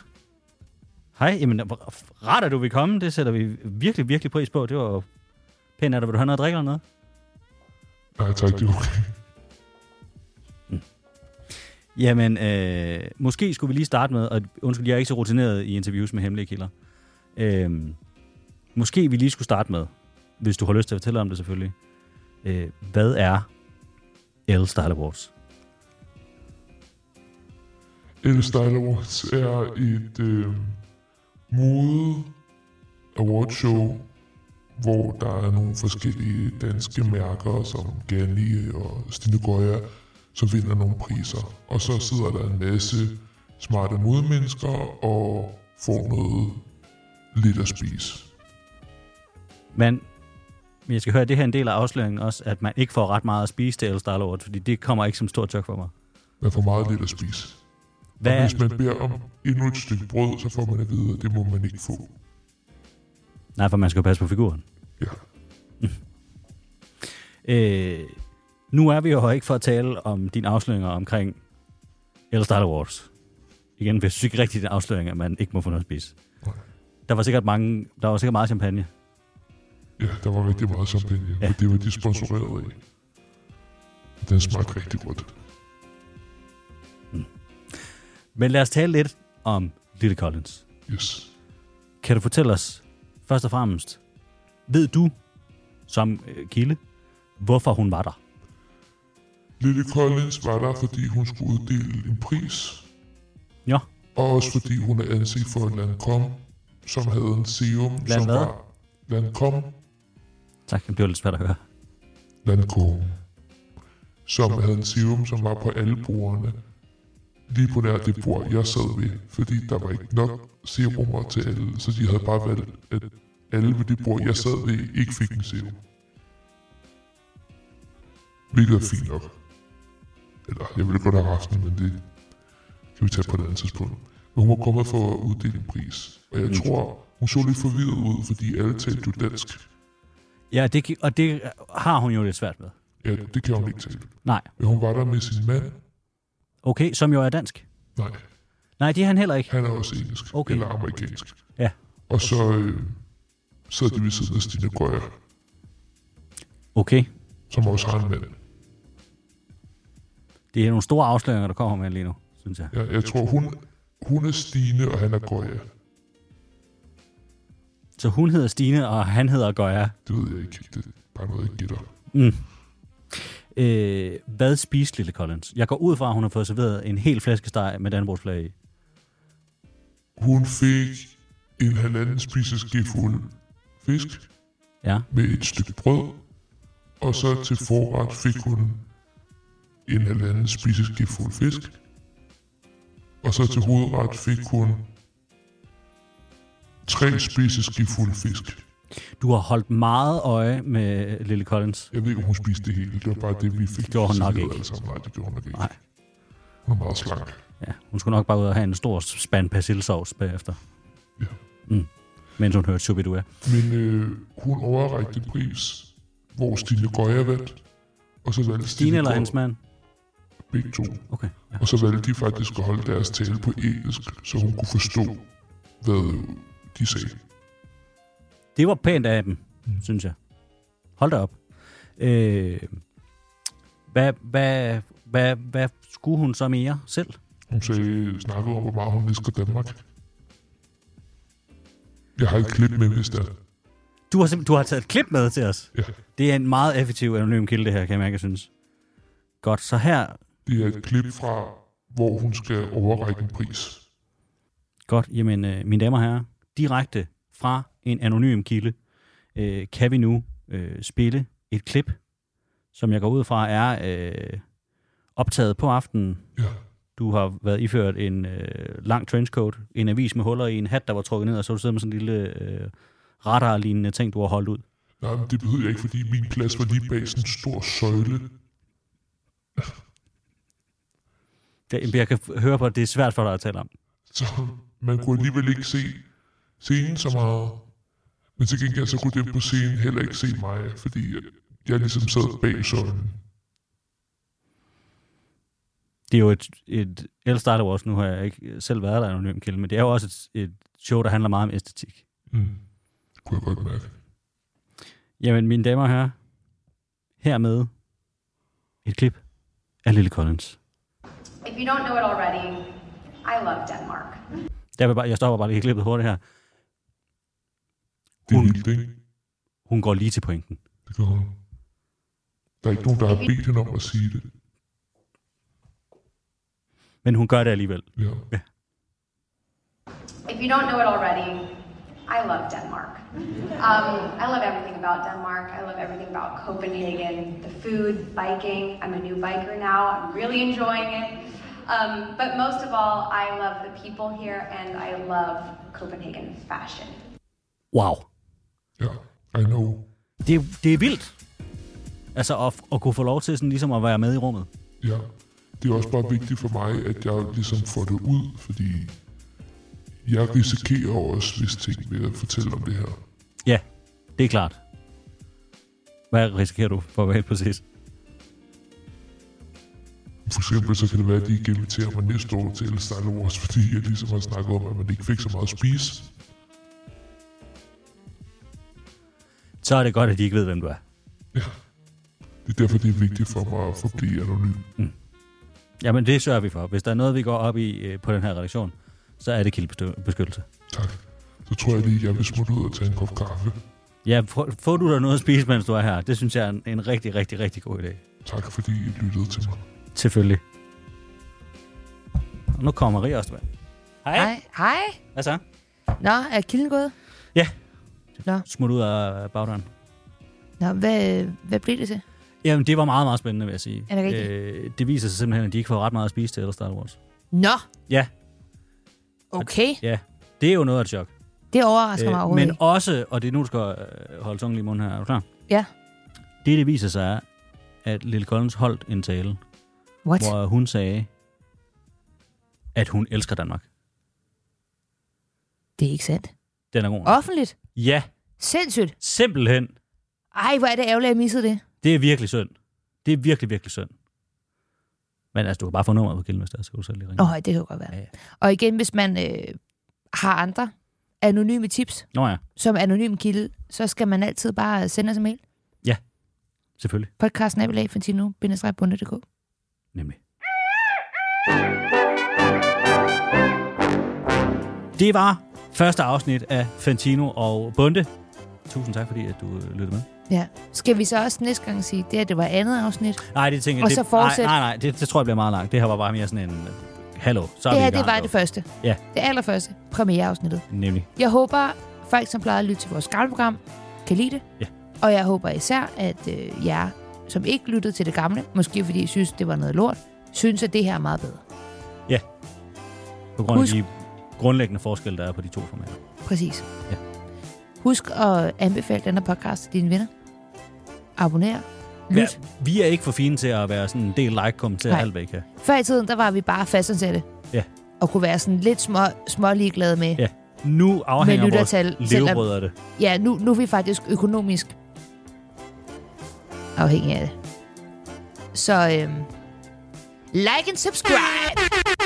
Speaker 1: Hej. Jamen, hvor rart at du vil komme. Det sætter vi virkelig, virkelig pris på. Det var jo pænt af dig. Vil du have noget at drikke eller noget?
Speaker 6: Nej tak, det er okay.
Speaker 1: Mm. Jamen, øh, måske skulle vi lige starte med, og undskyld, jeg er ikke så rutineret i interviews med hemmelige kilder. Øh, måske vi lige skulle starte med, hvis du har lyst til at fortælle om det selvfølgelig. Øh, hvad er L Style Awards?
Speaker 6: Elle Style Awards er et øh, mode awardshow, hvor der er nogle forskellige danske mærker, som Ganni og Stine Goya, som vinder nogle priser. Og så sidder der en masse smarte modemennesker og får noget lidt at spise.
Speaker 1: Men men jeg skal høre, at det her er en del af afsløringen også, at man ikke får ret meget at spise til L Style Awards, fordi det kommer ikke som stort chok for mig.
Speaker 6: Man får meget lidt at spise.
Speaker 1: Hvad er,
Speaker 6: Hvis man beder om endnu et stykke brød, så får man at vide, at det må man ikke få.
Speaker 1: nej, for man skal jo passe på figuren.
Speaker 6: Ja.
Speaker 1: *laughs* Øh, nu er vi jo her ikke for at tale om dine afsløringer omkring L Style Awards. Igen, jeg synes ikke rigtigt, det er en afsløring, at man ikke må få noget at spise. Der var sikkert, mange, der var sikkert meget champagne.
Speaker 6: Ja, der var rigtig meget champagne,
Speaker 1: Ja.
Speaker 6: ja. og det var de sponsoreret af. Den smagte rigtig godt.
Speaker 1: Men lad os tale lidt om Lille Collins.
Speaker 6: Yes.
Speaker 1: Kan du fortælle os, først og fremmest, ved du som øh, kilde, hvorfor hun var der?
Speaker 6: Lille Collins var der, fordi hun skulle uddele en pris,
Speaker 1: Ja,
Speaker 6: og også fordi hun er ansigt for Lancome, som havde en serum,
Speaker 1: Land
Speaker 6: som
Speaker 1: hvad?
Speaker 6: var Lancome,
Speaker 1: tak. Det bliver lidt svært at høre.
Speaker 6: Lancome, som havde en serum, som var på alle bordene. Lige på nær det bord, jeg sad ved, fordi der var ikke nok serumer til alle, så de havde bare valgt, at alle ved det bord, jeg sad ved, ikke fik en serum. Hvilket er fint nok. Eller, jeg ville godt have haft den, men det kan vi tage på et andet tidspunkt. Men hun var kommet for at uddele en pris, og jeg tror, hun så lidt forvirret ud, fordi alle talte jo dansk.
Speaker 1: Ja, det, gi- og det øh, har hun jo lidt svært med.
Speaker 6: Ja, det kan hun ikke tale.
Speaker 1: Nej.
Speaker 6: Men hun var der med sin mand,
Speaker 1: Okay, som jo er dansk.
Speaker 6: Nej,
Speaker 1: Nej, det er han heller ikke.
Speaker 6: han er også engelsk.
Speaker 1: Okay.
Speaker 6: Okay. Eller amerikansk.
Speaker 1: Ja.
Speaker 6: Og så øh, sidder de ved siden af Stine Grøger,
Speaker 1: Okay.
Speaker 6: som også har en mand.
Speaker 1: Det er nogle store afsløringer, der kommer med lige nu, synes jeg.
Speaker 6: Jeg, jeg tror, hun, hun er Stine, og han er Grøger.
Speaker 1: Så hun hedder Stine, og han hedder Goya. Mm.
Speaker 6: Det ved jeg ikke. Det er bare noget, jeg gætter.
Speaker 1: Øh, hvad spiste Lille Collins? Jeg går ud fra, at hun har fået serveret en hel flæskesteg med Danbrugsflag i.
Speaker 6: Hun fik en halvanden spiseskefuld fisk
Speaker 1: Ja.
Speaker 6: med et stykke brød, og så til forret fik hun en halvanden spiseskefuld fisk, og så til hovedret fik hun tre spiseskefulde fisk.
Speaker 1: Du har holdt meget øje med øh, Lille Collins.
Speaker 6: Jeg ved ikke, om hun spiste det hele. Det var bare det, vi fik. Det
Speaker 1: gjorde hun nok ikke.
Speaker 6: Altså. Nej, det gjorde hun nok ikke.
Speaker 1: Nej.
Speaker 6: Hun er meget slank.
Speaker 1: Ja, hun skulle nok bare ud og have en stor spand persillesovs bagefter, Mm.
Speaker 6: Ja.
Speaker 1: mens hun hørte Shubidua.
Speaker 6: Men øh, hun overrækte en pris, hvor Stine Gøjer vandt. Og så valgte
Speaker 1: Stine eller
Speaker 6: Gøjer-
Speaker 1: hans mand?
Speaker 6: Begge to.
Speaker 1: Okay. Ja.
Speaker 6: Og så valgte de faktisk at holde deres tale på engelsk, så hun kunne forstå, hvad de sagde.
Speaker 1: Det var pænt af dem,
Speaker 6: Mm.
Speaker 1: synes jeg. Hold da op. Øh, hvad, hvad, hvad, hvad skulle hun så mere selv?
Speaker 6: Hun sagde, snakkede om, hvor meget hun elsker Danmark. Jeg har et klip med, hvis der.
Speaker 1: Du har, simp- du har taget et klip med til os.
Speaker 6: Ja,
Speaker 1: Det er en meget effektiv anonym kilde, det her, kan jeg mærke, jeg synes. Godt, så her...
Speaker 6: det er et klip fra, hvor hun skal overrække en pris.
Speaker 1: Godt, jamen, øh, mine damer og herrer, direkte fra en anonym kilde, øh, kan vi nu øh, spille et klip, som jeg går ud fra er øh, optaget på aftenen.
Speaker 6: Ja.
Speaker 1: Du har været iført en øh, lang trenchcoat, en avis med huller i, en hat, der var trukket ned, og så har du siddet med sådan en lille øh, radar-lignende ting, du har holdt ud.
Speaker 6: Nej, men det behøvede jeg ikke, fordi min plads var lige bag sådan en stor søjle.
Speaker 1: Det, jeg kan f- høre på, at det er svært for dig at tale om.
Speaker 6: Så man kunne alligevel ikke se scenen så meget. Men til gengæld så kunne dem på scenen heller ikke se mig, fordi jeg, jeg ligesom sad bag søjlen.
Speaker 1: det er jo et, et El Star Wars, nu har jeg ikke selv været der i anonym kilde, men det er jo også et, et show, der handler meget om æstetik.
Speaker 6: Mm. Kunne jeg godt mærke.
Speaker 1: Jamen, mine damer og herrer, hermed et klip af Lille Collins.
Speaker 7: If you don't know it already, I love Denmark.
Speaker 1: Der vil bare, jeg stopper bare lige klippet hurtigt her.
Speaker 6: Det er
Speaker 1: Hun,
Speaker 6: vildt, ikke?
Speaker 1: hun går lige til pointen.
Speaker 6: Det gør hun. Der er ikke nogen, der har bedt hende om at sige det.
Speaker 1: Men hun gør det alligevel.
Speaker 6: Ja.
Speaker 7: If you don't know it already, I love Denmark. Um, I love everything about Denmark. I love everything about Copenhagen, the food, biking. I'm a new biker now. I'm really enjoying it. Um, but most of all, I love the people here and I love Copenhagen fashion.
Speaker 1: Wow.
Speaker 6: Ja, I know.
Speaker 1: Det, det er vildt. Altså, at, at kunne få lov til sådan ligesom at være med i rummet.
Speaker 6: Ja. Det er også bare vigtigt for mig, at jeg ligesom får det ud, fordi jeg risikerer også visse ting ved at fortælle om det her.
Speaker 1: Ja, det er klart. Hvad risikerer du for at være helt præcis?
Speaker 6: For eksempel så kan det være, at de ikke inviterer mig næste år til El Style Awards, fordi jeg ligesom har snakket om, at man ikke fik så meget at spise.
Speaker 1: Så er det godt, at de ikke ved, hvem du er.
Speaker 6: Det er derfor, det er vigtigt for mig at forblive anonym.
Speaker 1: Jamen, det sørger vi for. Hvis der er noget, vi går op i øh, på den her redaktion, så er det kildebeskyttelse.
Speaker 6: Tak. Så tror jeg lige, at jeg vil smutte ud og tage en kop kaffe.
Speaker 1: Ja, få- får du dig noget at spise, mens du er her? Det synes jeg er en, en rigtig, rigtig, rigtig god idé.
Speaker 6: Tak fordi I lyttede til mig.
Speaker 1: Selvfølgelig. Og nu kommer Maria også med. Hej.
Speaker 2: Hej. Hej.
Speaker 1: Hvad så?
Speaker 2: Nå, er kilden gået?
Speaker 1: Smut ud af bagdøren.
Speaker 2: Nå, hvad, hvad blev det til?
Speaker 1: Jamen, det var meget, meget spændende, vil jeg sige.
Speaker 2: Er det rigtigt?
Speaker 1: Øh, det viser sig simpelthen, at de ikke får ret meget at spise til eller Star Wars.
Speaker 2: Nå,
Speaker 1: Ja,
Speaker 2: okay.
Speaker 1: ja. Det er jo noget af et chok.
Speaker 2: Det overrasker øh, mig
Speaker 1: Øh,
Speaker 2: overhovedet
Speaker 1: men
Speaker 2: ikke.
Speaker 1: også, og det er nu, du skal øh, holde tungen lige i munden her. Er du klar?
Speaker 2: Ja.
Speaker 1: Det, det viser sig, er, at Lille Collins holdt en tale,
Speaker 2: What?
Speaker 1: hvor hun sagde, at hun elsker Danmark.
Speaker 2: Det er ikke sandt.
Speaker 1: Den er god.
Speaker 2: Offentligt?
Speaker 1: Ja,
Speaker 2: Sindssygt.
Speaker 1: simpelthen.
Speaker 2: Ej, hvor er det ærgerligt, at jeg missede det.
Speaker 1: Det er virkelig synd. Det er virkelig, virkelig synd. Men altså, du kan bare få nummeret på Gilden, hvis der er, så kan du selv lige ringe.
Speaker 2: Nå, det kan jo godt være.
Speaker 1: Ja, ja.
Speaker 2: Og igen, hvis man øh, har andre anonyme tips
Speaker 1: Nå ja,
Speaker 2: som anonym kilde, så skal man altid bare sende os en mail.
Speaker 1: selvfølgelig.
Speaker 2: Podcast-fantino-bunde.dk
Speaker 1: Nemlig. Det var første afsnit af Fantino og Bunde. Tusind tak, fordi at du øh, lyttede med.
Speaker 2: Ja. Skal vi så også næste gang sige, det her det var andet afsnit?
Speaker 1: Nej, det tænker jeg...
Speaker 2: Og
Speaker 1: det,
Speaker 2: så fortsæt.
Speaker 1: Nej, nej, nej det, det, tror jeg bliver meget langt. Det her var bare mere sådan en... øh, Hallo, så er
Speaker 2: Det
Speaker 1: vi
Speaker 2: her,
Speaker 1: i gang,
Speaker 2: det var
Speaker 1: dog.
Speaker 2: det første.
Speaker 1: Ja.
Speaker 2: Det allerførste premiereafsnittet.
Speaker 1: Nemlig.
Speaker 2: Jeg håber, folk, som plejer at lytte til vores gamle program, kan lide det.
Speaker 1: Ja.
Speaker 2: Og jeg håber især, at øh, jer, som ikke lyttede til det gamle, måske fordi I synes, det var noget lort, synes, at det her er meget bedre.
Speaker 1: På grund af
Speaker 2: Husk-
Speaker 1: de grundlæggende forskelle, der er på de to formater.
Speaker 2: Præcis.
Speaker 1: Ja.
Speaker 2: Husk at anbefale den her podcast til dine venner. Abonner. Lyt. Ja.
Speaker 1: Ja, vi er ikke for fine til at være sådan en del like kommentere
Speaker 2: Nej.
Speaker 1: alt, hvad I kan.
Speaker 2: Før i tiden, der var vi bare fastansatte.
Speaker 1: Ja.
Speaker 2: Og kunne være sådan lidt små, små ligeglade med.
Speaker 1: Ja. Nu afhænger
Speaker 2: Med
Speaker 1: vores
Speaker 2: lyttertal, selvom-
Speaker 1: levebrød af det.
Speaker 2: ja nu, nu er vi faktisk økonomisk afhængige af det. Så øhm, like and subscribe!